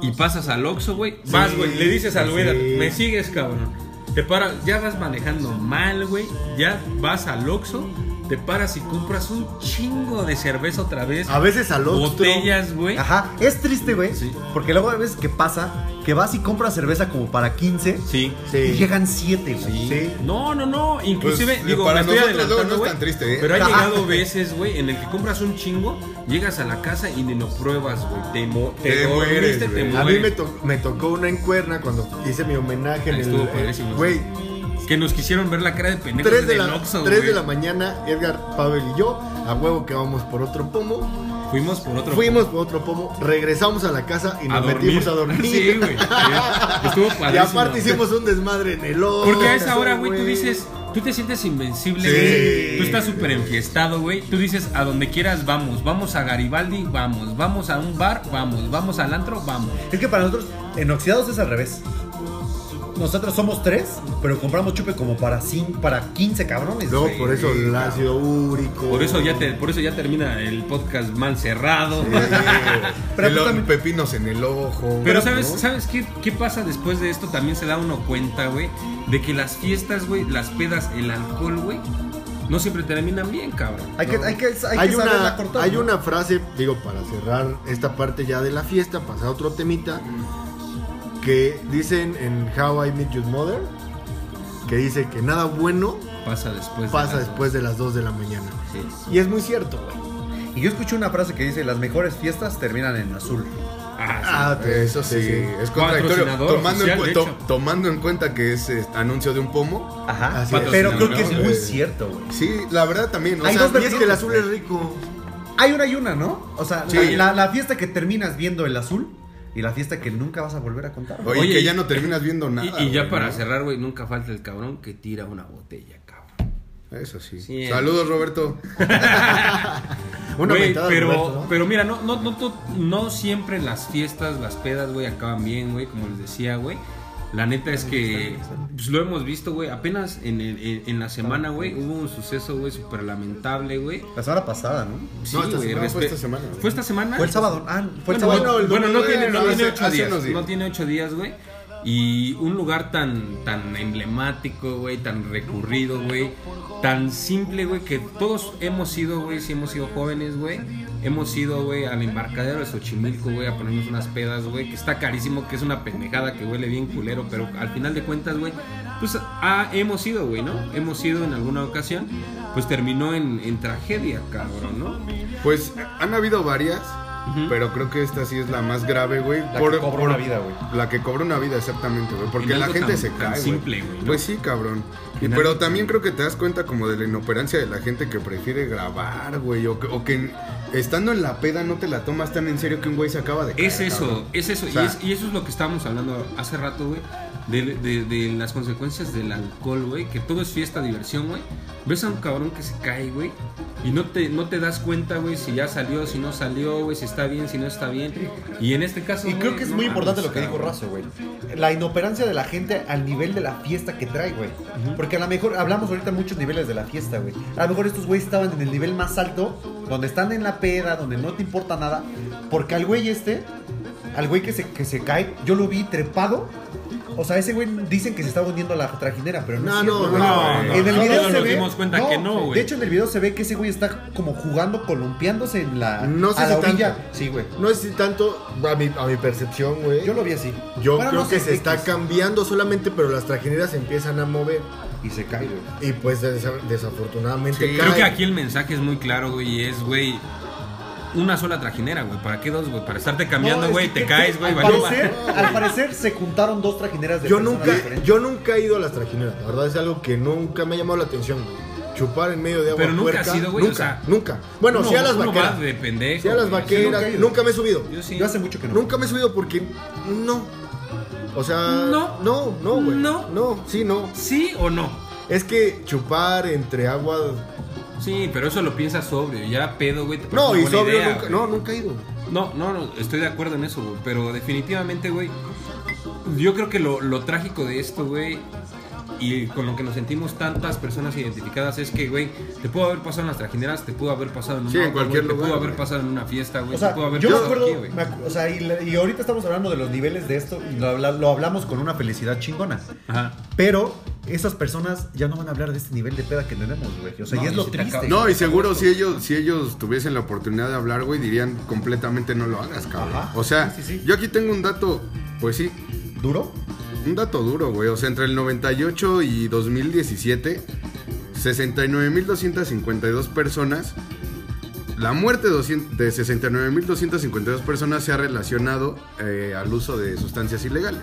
Y pasas al Oxxo, güey. Vas, güey. Le dices al güey, sí. me sigues, cabrón. Te paras, ya vas manejando mal, güey. Ya vas al Oxxo, te paras y compras un chingo de cerveza otra vez. A veces al Oxxo. Botellas, güey. Ajá, es triste, güey. Sí. Porque luego a veces que pasa que vas y compras cerveza como para 15 Sí. y Sí. llegan 7, güey. Sí. No, no, no. Inclusive, Pues, digo, para me estoy nosotros luego adelantando, no es güey, tan triste, ¿eh? Pero ha llegado veces, güey, en el que compras un chingo, llegas a la casa y ni lo pruebas, güey. Te, mo- te, Te dormiste, mueres, te güey. A mí me, mueres. to- me tocó una encuerna cuando hice mi homenaje en el. Estuvo eh, padrísimo. Güey, Que nos quisieron ver la cara de pendejo 3 de, desde la, el Oxxo, 3 de güey. la mañana, Edgar, Pavel y yo, a huevo que vamos por otro pomo. Fuimos por otro. Fuimos por otro pomo, regresamos a la casa y a nos dormir. metimos a dormir. Sí, güey. sí. Estuvo Y padrísimo. aparte hicimos un desmadre en el ojo. Porque a esa hora, güey, tú dices, tú te sientes invencible, Sí. güey. Tú estás súper enfiestado, güey. Tú dices, a donde quieras vamos. Vamos a Garibaldi, vamos. Vamos a un bar, vamos. Vamos al antro, vamos. Es que para nosotros, en Oxidados es al revés. Nosotros somos tres, pero compramos chupe como para, cin- para 15 cabrones. No, güey. pues, por eso el ácido úrico. Por eso ya, te, por eso ya termina el podcast mal cerrado. Pero El- pues también- pepinos en el ojo. Pero ¿no? ¿sabes, ¿sabes qué, qué pasa después de esto? También se da uno cuenta, güey, de que las fiestas, güey, las pedas, el alcohol, güey, no siempre terminan bien, cabrón. Hay que, hay que, hay que hay saberla una, cortar. hay ¿no? una frase, digo, para cerrar esta parte ya de la fiesta, pasar a otro temita, que dicen en How I Met Your Mother, que dice que nada bueno Pasa después. de pasa las- después de las 2 de la mañana. Sí. Y es muy cierto, güey. Y yo escuché una frase que dice, las mejores fiestas terminan en azul. Ah, Ah, Eso sí, es contradictorio. Patrocinador Tomando, en, oficial, cu- de hecho. to- tomando en cuenta que es eh, anuncio de un pomo. Ajá. Así es. Pero creo que es Patrocinador, güey. muy cierto, güey. Sí, la verdad también. O Hay sea, dos Y es que el azul es rico. Hay una y una, ¿no? O sea, la- Sí. la, la fiesta que terminas viendo el azul y la fiesta que nunca vas a volver a contar. güey. Oye, Oye, que y- ya no terminas viendo y- nada. y, ya güey, para ¿no? cerrar, güey, nunca falta el cabrón que tira una botella, cabrón. Eso sí. eh. Sí, Saludos, Roberto. Una Güey, mentada de pero, Roberto, ¿no? pero mira, no, no, no, to- no siempre las fiestas, las pedas, güey, acaban bien, güey, como les decía, güey. La neta es que pues, lo hemos visto, güey. Apenas en, el- en- en la semana, güey, hubo un suceso, güey, súper lamentable, güey. La semana pasada, ¿no? Sí, esta güey, semana, fue respe- esta semana, güey. ¿Fue esta semana? Fue el sábado. Ah, fue bueno, el sábado. bueno, Bueno, el no domingo, eh, tiene, no hace- tiene ocho hace días, unos días. no tiene ocho días, güey. Y un lugar tan, tan emblemático, güey, tan recurrido, güey, tan simple, güey, que todos hemos ido, güey, si hemos sido jóvenes, güey. Hemos ido, güey, al embarcadero de Xochimilco, güey, a ponernos unas pedas, güey, que está carísimo, que es una pendejada, que huele bien culero, pero al final de cuentas, güey, pues ah, hemos ido, güey, ¿no? Hemos ido en alguna ocasión, pues terminó en, en tragedia, cabrón, ¿no? Pues han habido varias, Ujú. pero creo que esta sí es la más grave, güey. La que cobra una vida, güey. La que cobra una vida, exactamente, güey. Porque En la algo gente tan- se tan cae, güey. simple, güey, ¿no? Pues sí, cabrón. Y, En pero algo también tan- creo que te das cuenta como de la inoperancia de la gente que prefiere grabar, güey. O que, o que en- estando en la peda no te la tomas tan en serio que un güey se acaba de caer. Es eso, cabrón. es eso. O y, sea, es- y eso es lo que estábamos hablando hace rato, güey. De, de- de las consecuencias del alcohol, güey. Que todo es fiesta, diversión, güey. Ves a un cabrón que se cae, güey. Y no te, no te das cuenta, güey, si ya salió, si no salió, güey, si está bien, si no está bien. Y en este caso. Y creo güey, que es no muy mames, importante lo que dijo cabrón. Razo, güey. La inoperancia de la gente al nivel de la fiesta que trae, güey. Porque a lo mejor hablamos ahorita muchos niveles de la fiesta, güey. A lo mejor estos güeyes estaban en el nivel más alto, donde están en la peda, donde no te importa nada. Porque al güey este, al güey que se, que se cae, yo lo vi trepado. O sea, ese güey dicen que se estaba hundiendo a la trajinera, pero no, No, es cierto, no, güey. no, no, En el no, video no se nos ve- dimos cuenta que no, güey. De hecho, en el video se ve que ese güey está como jugando, columpiándose en la, No sé a la si tanto. orilla. Sí, güey. No es si tanto a mi, a mi percepción, güey. Yo lo vi así. Yo Bueno, creo no que sé, se está X. cambiando solamente, pero las trajineras se empiezan a mover. Y se cae, güey. Y pues desa- desafortunadamente Sí. cae. Creo que aquí el mensaje es muy claro, güey. Y es, güey. Una sola trajinera, güey. ¿Para qué dos, güey? Para estarte cambiando, No, güey. es que- te caes, güey. Al, valió parecer, madre. al parecer se juntaron dos trajineras de Yo personas nunca, diferentes. yo nunca he ido a las trajineras. La verdad es algo que nunca me ha llamado la atención. güey. Chupar en medio de agua Pero nunca puerca, has ido, güey, o Nunca, sea, nunca. Bueno, Uno- sí a las uno vaqueras. va de pendejo, Sí a las güey. vaqueras. nunca he nunca, ido. me he subido. Yo sí. Yo hace mucho que no. Nunca me he subido porque no. O sea, No. no, no, güey. No. no, sí, no. ¿Sí o no? Es que chupar entre agua Sí, pero eso lo piensas sobrio. Ya pedo, güey. te parece No, una y buena sobrio idea, nunca, güey. no, nunca he ido. No, no, no, estoy de acuerdo en eso, güey. Pero definitivamente, güey. Yo creo que lo, lo trágico de esto, güey. Y con lo que nos sentimos tantas personas identificadas es que, güey, te pudo haber pasado en las trajineras, te pudo haber pasado en un Sí, en auto, cualquier güey, te lugar, pudo haber güey. pasado en una fiesta, güey, O sea, te pudo haber yo me pasado acuerdo, aquí, güey. me acu- o sea, y, la- y ahorita estamos hablando de los niveles de esto y lo, habla- lo hablamos con una felicidad chingona. Ajá. Pero esas personas ya no van a hablar de este nivel de peda que tenemos, güey. O sea, No, y es y lo se te triste. acaba- No, y seguro si ellos, si ellos tuviesen la oportunidad de hablar, güey, dirían completamente no lo hagas, cabrón. Ajá. O sea, Sí, sí, sí. yo aquí tengo un dato, pues sí, ¿Duro? un dato duro, güey. O sea, entre el 98 y 2017, 69.252 personas. La muerte 200 de 69.252 personas se ha relacionado eh, al uso de sustancias ilegales.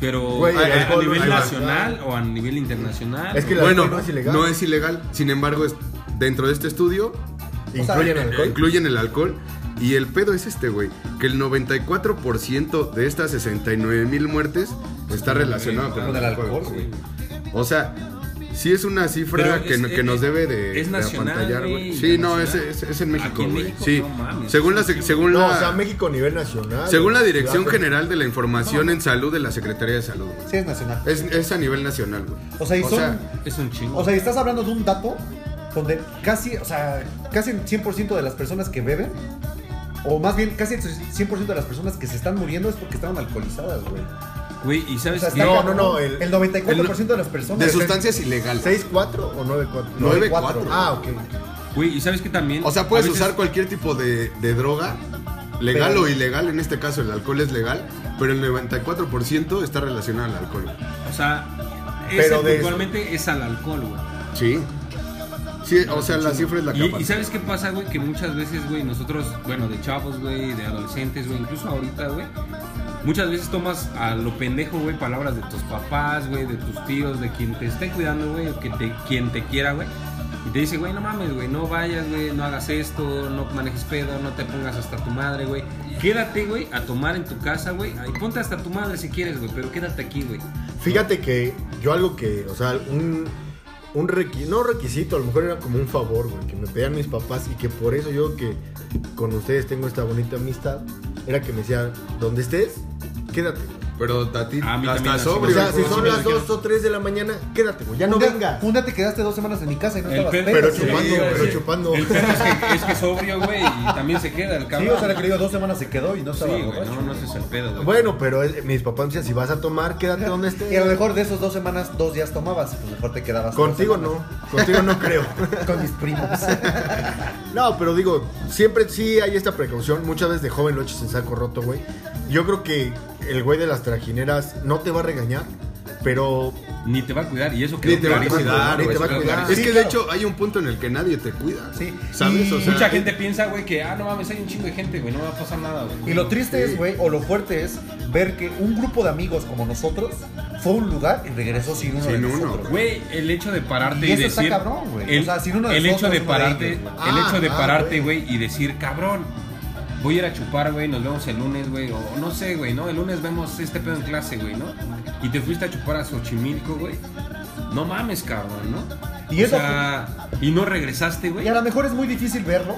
Pero Güey, ¿a- el a, alcohol, nivel ahí va. nacional o a nivel internacional. Es que el bueno, alcohol no es ilegal. no es ilegal. Sin embargo, es- dentro de este estudio Incluyen O sea, alcohol. incluyen el alcohol. Y el pedo es este, güey, que el 94% de estas 69 mil muertes está relacionado con, Con el alcohol, güey. O sea, sí es una cifra Pero que, es- que es- nos debe de, es de nacional, apantallar, güey. güey, Sí, no, es, nacional. es, es en México, Aquí en güey. México, Sí. no mames. Según la sec- según No, la o sea, México a nivel nacional. según la Ciudad Dirección de- General de la Información en Salud de la Secretaría de Salud. güey. Sí, es nacional. Es, es a nivel nacional, güey. O sea, y son- Es un chingo. O sea, y estás hablando de un dato donde casi, o sea, casi el 100% de las personas que beben, o más bien casi el 100% de las personas que se están muriendo es porque estaban alcoholizadas, güey. Güey, y O sabes sea, qué? está No, cabrón. no, no, El, el- 94% de las personas. de sustancias ilegales. ¿6-4 o 9-4? 9-4. Ah, ok. Güey, y sabes que también. O sea, puedes a veces- usar cualquier tipo de, de droga, legal Pero- o ilegal, en este caso el alcohol es legal, pero el 94% está relacionado al alcohol. O sea, Pero ese de- puntualmente es al alcohol, güey. Sí. Sí, o sea, la cifra es la Y, capa. y sabes qué pasa, güey, que muchas veces, güey, nosotros, bueno, de chavos, güey, de adolescentes, güey, incluso ahorita, güey, muchas veces tomas a lo pendejo, güey, palabras de tus papás, güey, de tus tíos, de quien te esté cuidando, güey, o que te, quien te quiera, güey. Y te dice, güey, no mames, güey, no vayas, güey, no hagas esto, no manejes pedo, no te pongas hasta tu madre, güey. Quédate, güey, a tomar en tu casa, güey. Ahí ponte hasta tu madre si quieres, güey, pero quédate aquí, güey. Fíjate que yo algo que, o sea, un, un requi- no requisito, a lo mejor era como un favor, güey, que me pedían mis papás y que por eso yo que con ustedes tengo esta bonita amistad, era que me decían, donde estés, quédate. Pero a ti, A mí también hasta la O sobrio. sea, si güey. son las 2 o 3 de la mañana, quédate, güey, ya no Un día- vengas. Un día te quedaste dos semanas en mi casa y no El estabas pe- pedo, Pero güey. chupando, Sí, güey, pero sí. chupando. El perro es que es, que es sobrio, güey, y también se queda el Sí, cabrón. o sea, le querido dos semanas se quedó y no Sí, estaba güey, borracho. no, no ese es el pedo, güey. Bueno, pero él- mis papás me decían, si vas a tomar, quédate donde estés. Y a lo mejor de esos dos semanas, dos días tomabas, pues mejor te quedabas. dos Contigo no, semanas. contigo no creo. Con mis primos. No, pero digo, siempre sí hay esta precaución. Muchas veces de joven lo echas en saco roto, güey. Yo creo que el güey de las trajineras no te va a regañar, pero Ni te va a cuidar, y eso Ni quedó te va a clarísimo, cuidar, ni güey, güey. te va a quedó cuidar. clarísimo. Es Sí, que de claro. hecho hay un punto en el que nadie te cuida. Sí. ¿Sabes? Y O sea, Mucha gente piensa, güey, que ah, no mames, hay un chingo de gente, güey, no va a pasar nada, güey. Y lo triste es, güey, o lo fuerte es ver que un grupo de amigos como nosotros fue a un lugar y regresó sin uno de Sin uno, nosotros. Güey, el hecho de pararte Y y, eso está decir. cabrón, güey. el, O sea, sin uno de el hecho nosotros, de uno de pararte, ellos, güey. el Ah, hecho de ah, pararte, güey, y decir, cabrón, voy a ir a chupar, güey, nos vemos el lunes, güey, o no sé, güey, ¿no? El lunes vemos este pedo en clase, güey, ¿no? Y te fuiste a chupar a Xochimilco, güey. No mames, cabrón, ¿no? Y O eso sea, y no regresaste, güey. Y a lo mejor es muy difícil verlo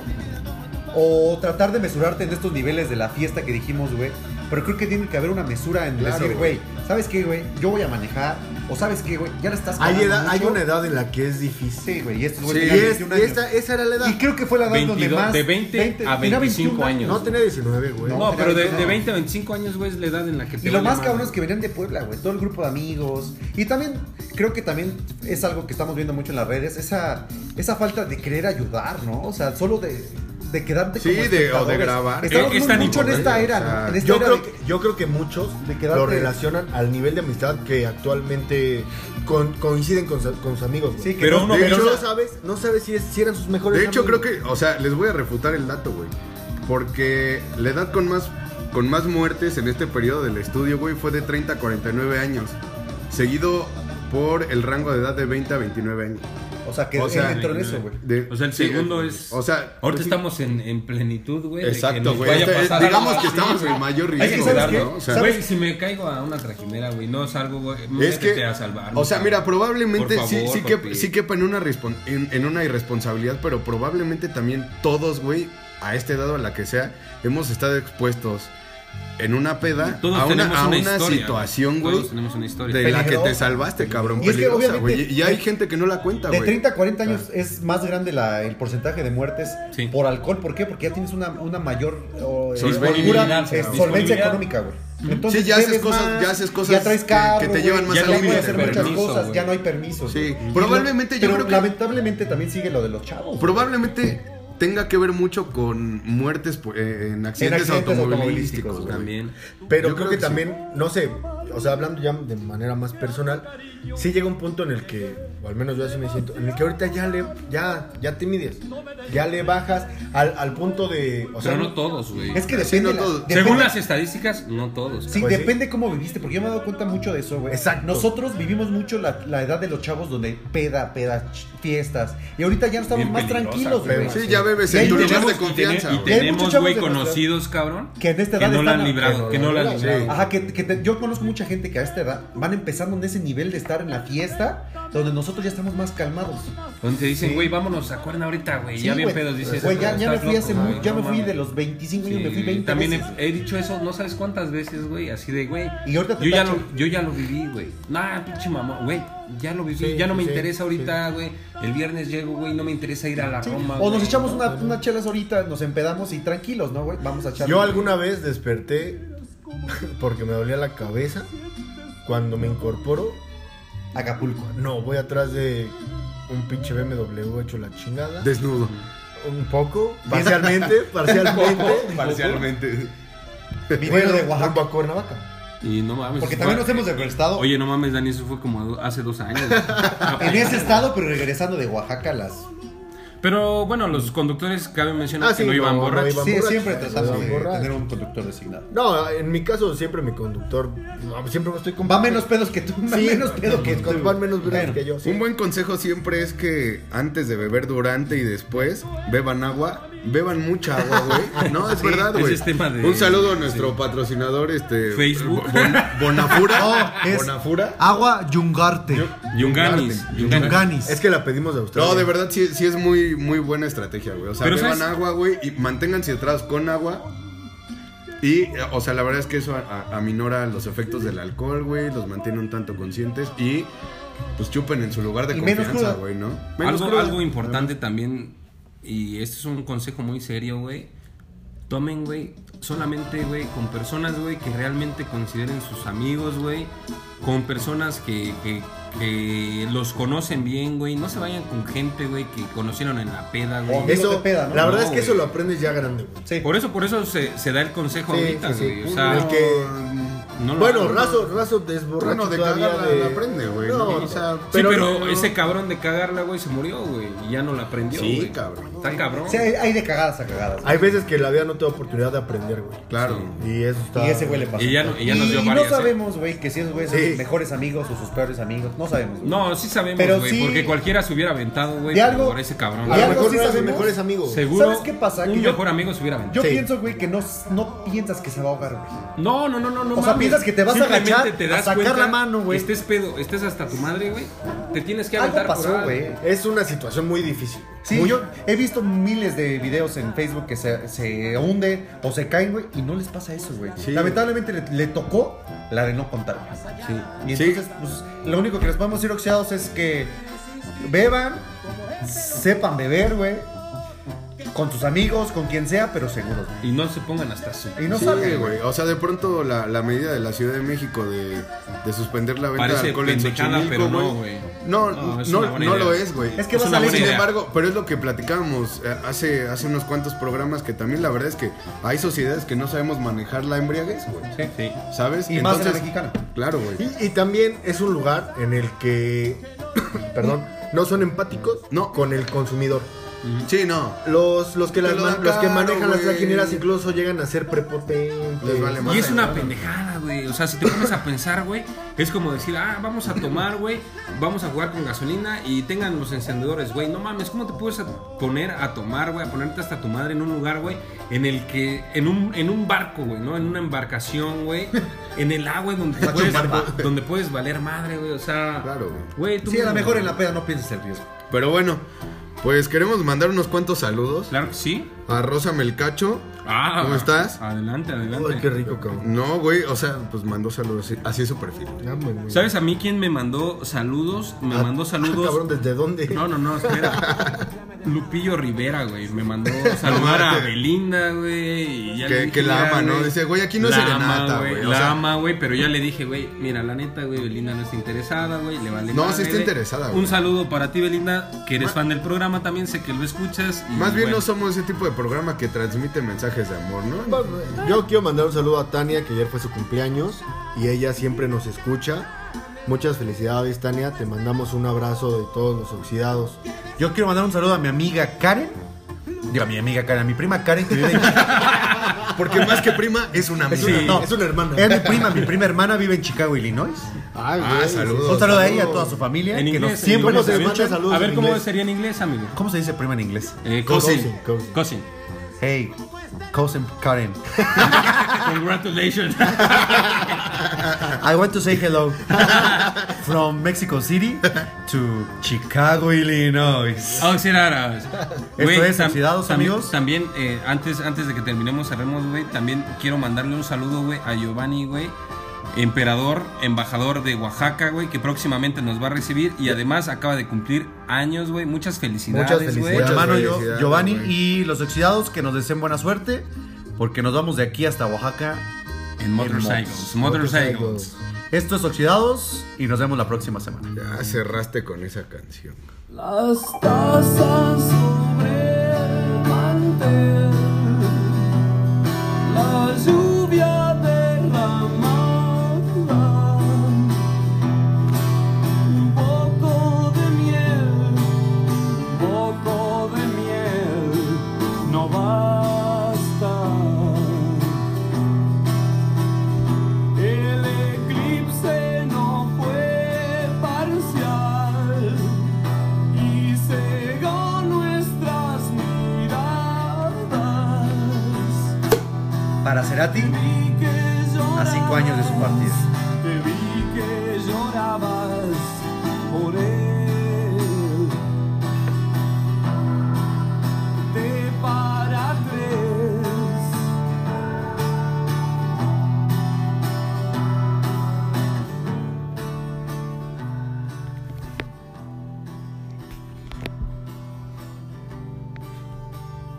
o tratar de mesurarte en estos niveles de la fiesta que dijimos, güey. Pero creo que tiene que haber una mesura en Claro, decir, güey. güey, ¿sabes qué, güey? Yo voy a manejar. O ¿sabes qué, güey? Ya la estás hay, cagando edad- hay Ah, mucho. una edad en la que es difícil. Sí, güey, y estos Y, güey tenían es- 21 y años. esta, esa era la edad. Y creo que fue la edad donde 22, más... de 20 a tenía 25 21 años. No tenía 19, güey. No, No, pero de, no. de 20 a 25 años, güey, es la edad en la que te Y lo vale más madre. cabrón es que venían de Puebla, güey. Todo el grupo de amigos. Y también, creo que también es algo que estamos viendo mucho en las redes. Esa, esa falta de querer ayudar, ¿no? O sea, solo de, de quedarte Sí, como de- espectadores. o de grabar. Estamos Eh, es tan muy mucho en importante, esta o era, sea, ¿no? En esta Yo era creo, de- que, yo creo que muchos de quedarte- lo relacionan al nivel de amistad que actualmente con- coinciden con, su- con sus amigos. güey. Sí, que Pero no- uno de pero hecho- no sabes, no sabes si, es- si eran sus mejores De hecho, amigos. creo que, o sea, les voy a refutar el dato, güey. Porque la edad con más, con más muertes en este periodo del estudio, güey, fue de 30 a 49 años. Seguido por el rango de edad de 20 a 29 años. O sea, que O sea, él entró en eso, güey. De- O sea, el sí, segundo eh, es. O sea, Ahorita sí, estamos en, en plenitud, güey. de que Exacto, nos güey. vaya a Este- pasar digamos algo que así. estamos en mayor Hay que riesgo, ¿sabes ¿no? qué? O sea, ¿Sabes? Güey, si me caigo a una trajinera, güey, no salgo, güey. es métete que, a salvar. o sea, güey. mira, probablemente Por sí, favor, sí, que, papi. sí quepa en una, respon- en, en una irresponsabilidad, pero probablemente también todos, güey, a esta edad o a la que sea, hemos estado expuestos en una peda Todos a una, tenemos a una una historia, situación, güey. güey, Todos tenemos una historia. de la que Peligrosa. te salvaste, cabrón, Y es que peligrosa, obviamente- güey. Y hay gente que no la cuenta, De güey. Ah. 30 a 40 años es más grande la- el porcentaje de muertes Sí. por alcohol. ¿Por qué? Porque ya tienes una, una mayor o, eh, Solvencia. holgura, eh, Disponibilidad. solvencia económica, güey. Entonces Sí, ya haces bebes cosas- más, ya haces cosas ya traes que- que carro, te llevan güey, más ya al no puedes límite, hacer muchas permiso, cosas, güey. ya no hay permisos. Sí, güey. probablemente yo Pero creo que- lamentablemente también sigue lo de los chavos. güey. Probablemente tenga que ver mucho con muertes pues, eh, en accidentes, accidentes automovilísticos, automovilísticos, güey. güey. También. Pero Yo creo, creo que, que sí. también, no sé, o sea, hablando ya de manera más personal, sí llega un punto en el que, o al menos yo así me siento, en el que ahorita ya le, ya, ya te mides, ya le bajas al, al punto de, o sea, Pero no todos, güey. Es que Sí, depende. no la- todo- depende- Según las estadísticas, no todos. Sí, Pues sí. depende cómo viviste, porque yo me he dado cuenta mucho de eso, güey. Exacto. Nosotros vivimos mucho la, la edad de los chavos donde peda, peda, ch- fiestas. Y ahorita ya estamos Bien más peligrosa, tranquilos, pero güey. Sí, ya bebes Y en ahí tu lugar tenemos- de confianza, Y, güey. Hay muchos tenemos, chavos güey, de nuestra- conocidos, cabrón. Que en esta edad no la han están- librado. Que no la han librado. Ajá, que, que te- yo conozco mucha gente que a esta edad van empezando en ese nivel de estar en la fiesta, donde nosotros ya estamos más calmados. Donde te dicen, Sí. güey, vámonos a Cuerna ahorita, güey. Sí, ya bien güey. pedos, dices. Güey, ya, ya me "Estás fui, hace loco, mu- güey, ya no me fui mames". de los 25 años, me fui Sí, 20 También he, veces. he dicho eso, no sabes cuántas veces, güey, así de, güey. Y ahorita te yo ya, tachan. lo, yo ya lo viví, güey. Nah, pinche mamá, güey. Ya lo viví, Sí, ya no me sí, interesa sí. ahorita, güey. El viernes llego, güey, no me interesa ir a la Sí. Roma. O nos güey. echamos una- unas chelas ahorita, nos empedamos y tranquilos, ¿no, güey? Vamos a echar. Yo alguna vez desperté porque me dolía la cabeza cuando me incorporo. Acapulco. No, voy atrás de un pinche BMW hecho la chingada. Desnudo. un poco, parcialmente, parcialmente. Parcialmente. Video de rumbo Oaxaca. a Cuernavaca. Y no mames. Porque también nos hemos despertado Pues, Oye, no mames, Dani, eso fue como do- hace dos años. en ese estado, pero regresando de Oaxaca a las. Pero bueno, los conductores, cabe mencionar Ah, que sí, no iban no, no borrachos. iban Sí, borrachos, siempre iban tratamos de borrachos. tener un conductor designado. No, en mi caso siempre mi conductor, no, siempre estoy con Va menos pedos que tú, va Sí, menos pedo que tú. van menos pedos Bueno, que yo. sí. Un buen consejo siempre es que antes de beber, durante y después, beban agua. Beban mucha agua, güey. No, es verdad, ese güey. es tema de- Un saludo a nuestro patrocinador, este... Facebook. Bon- Bonafura. No, es- Bonafura. Agua Yungarte. Yunganis. Yunganis. Es que la pedimos de Australia. No, de verdad sí, sí es muy, muy buena estrategia, güey. O sea, Pero beban ¿sabes? agua, güey, y manténganse hidratados con agua. Y, eh, o sea, la verdad es que eso a- a- aminora los efectos del alcohol, güey, los mantiene un tanto conscientes y pues chupen en su lugar de Y menos confianza, cruda. güey, ¿no? Menos Algo, cruda. algo importante también, y este es un consejo muy serio, güey. Tomen, güey, solamente, güey, con personas, güey, que realmente consideren sus amigos, güey. Con personas que, que- que los conocen bien, güey. No se vayan con gente, güey, que conocieron en la peda, güey. Obvio. Eso, No te peda, ¿no? La verdad No, es que güey. eso lo aprendes ya grande, güey. Sí. Por eso, por eso se, se da el consejo Sí, ahorita, sí, sí. güey. O sea, El que- no lo bueno, hagan. Razo, Razo es borracho Bueno, de todavía cagarla la aprende, güey, ¿no? O sea, Sí, pero, ese cabrón de cagarla, güey, se murió, güey. Y ya no la aprendió, Sí, güey. cabrón. Está cabrón. Sí, hay hay de cagadas a cagadas. Hay veces que la vida no te da oportunidad de aprender, güey. Claro. Y eso está... Y ese güey le pasó. Y ya no- y ya nos dio Y varias, no ¿eh? sabemos, güey, que si esos güeyes son Sí. sus mejores amigos o sus peores amigos. No sabemos. güey. No, sí sabemos, Pero güey, sí- porque cualquiera se hubiera aventado, güey, De por algo- ese cabrón. de A lo algo mejor sí no eran sus sabemos. mejores amigos. Seguro, ¿Sabes qué pasa? un Que yo- mejor amigo se hubiera aventado. Yo Sí. pienso, güey, que no, no piensas que se va a ahogar, güey. No, no, no, no, no. O sea, piensas que te vas a Simplemente agachar te das a sacar cuenta, la mano, güey. Estés pedo, estés hasta tu madre, güey. Te tienes que aventar Algo por pasó, algo. güey. Es una situación muy difícil. Sí, Muy- yo he visto miles de videos en Facebook que se, se hunde o se caen, güey, y no les pasa eso, güey. Lamentablemente le, le tocó la de no contar. Sí. Y Sí. entonces, pues, lo único que les podemos decir oxidados es que beban, sepan beber, güey, con sus amigos, con quien sea, pero seguros, güey. Y no se pongan hasta su. Y no Sí, saben, güey. güey. O sea, de pronto la, la medida de la Ciudad de México de, de suspender la venta Parece de alcohol en pendejada, Xochimilco, pero no, güey. güey. No, No, no, es no, una buena idea. lo es, güey. Es que Es vas una a la buena Sin idea. embargo, pero es lo que platicábamos eh, hace, hace unos cuantos programas que también la verdad es que hay sociedades que no sabemos manejar la embriaguez, güey. Sí. sí. ¿Sabes? Y más en la mexicana. Claro, güey. Y, y también es un lugar en el que, perdón, no son empáticos No. con el consumidor. Sí, no. Los, los que, Te las lo man- dan los que caro, manejan las güey. trajineras incluso llegan a ser prepotentes. Les vale más. Y es una pendejada, güey. O sea, si te pones a pensar, güey, es como decir, ah, vamos a tomar, güey, vamos a jugar con gasolina y tengan los encendedores, güey. No mames, ¿cómo te puedes a- poner a tomar, güey, a ponerte hasta tu madre en un lugar, güey, en el que, en un, en un barco, güey, ¿no? En una embarcación, güey, en el agua donde, te puedes, donde puedes valer madre, güey. O sea, Claro, güey. güey, tú Sí, a lo mismo, mejor güey. en la peda no pienses el riesgo. Pero bueno, pues queremos mandar unos cuantos saludos. Claro que sí. A Rosa Melcacho. Ah, ¿Cómo estás? Adelante, adelante. Ay, qué rico, cabrón. No, güey, o sea, pues mandó saludos. así- Así es su perfil. ¿Sabes a mí quién me mandó saludos? Me mandó saludos. Ah, cabrón, ¿desde dónde? No, no, no, espera. Lupillo Rivera, güey, me mandó saludar a Belinda, güey. y ya Que- le dije, que la "Mira, ama, ¿no? Dice, güey, aquí no es la ama, serenata, güey, o La sea- ama, güey, pero ya le dije, güey, mira, la neta, güey, Belinda no está interesada, güey, le vale No, madre, sí está güey. interesada, güey. Un saludo para ti, Belinda, que eres fan del programa también, sé que lo escuchas. y, Más bien bueno, no somos ese tipo de programa que transmite mensajes de amor, ¿no? Yo quiero mandar un saludo a Tania, que ayer fue su cumpleaños y ella siempre nos escucha. Muchas felicidades, Tania. Te mandamos un abrazo de todos los oxidados. Yo quiero mandar un saludo a mi amiga Karen. Digo, a mi amiga Karen, a mi prima Karen que vive en Porque más que prima es una amiga. Es una- no, Es una hermana. Es mi prima, mi prima hermana vive en Chicago, Illinois. Ay, Ah, güey, saludos. sí, sí. Un saludo a ella, a toda su familia. En que inglés, nos- siempre en ¿Cómo nos se les escucha. manda saludos? A ver en cómo inglés? sería en inglés, amigo. ¿Cómo se dice prima en inglés? Eh, Cousin, cousin. cousin. Cousin. Hey, cousin Karen. Congratulations. I want to say hello from Mexico City to Chicago, Illinois. Ah, Auxiliares. Güey, es, tam- oxidados, tam- amigos. También, eh, antes, antes de que terminemos, cerremos, güey. También quiero mandarle un saludo, güey, a Giovanni, güey. Emperador, embajador de Oaxaca, güey, que próximamente nos va a recibir y además acaba de cumplir años, güey. Muchas felicidades, Muchas güey. felicidades. hermano yo- felicidades, Giovanni güey. y los oxidados que nos deseen buena suerte porque nos vamos de aquí hasta Oaxaca. En Motorcycles. Motorcycles. Esto es Oxidados y nos vemos la próxima semana. Ya cerraste con esa canción. Las tazas sobre el mantel, la lluvia derramada, un poco de miel, un poco de miel, no basta. El eclipse no fue parcial y cegó nuestras miradas. Para Cerati, Vi que a cinco años de su llorabas, partida. Te vi que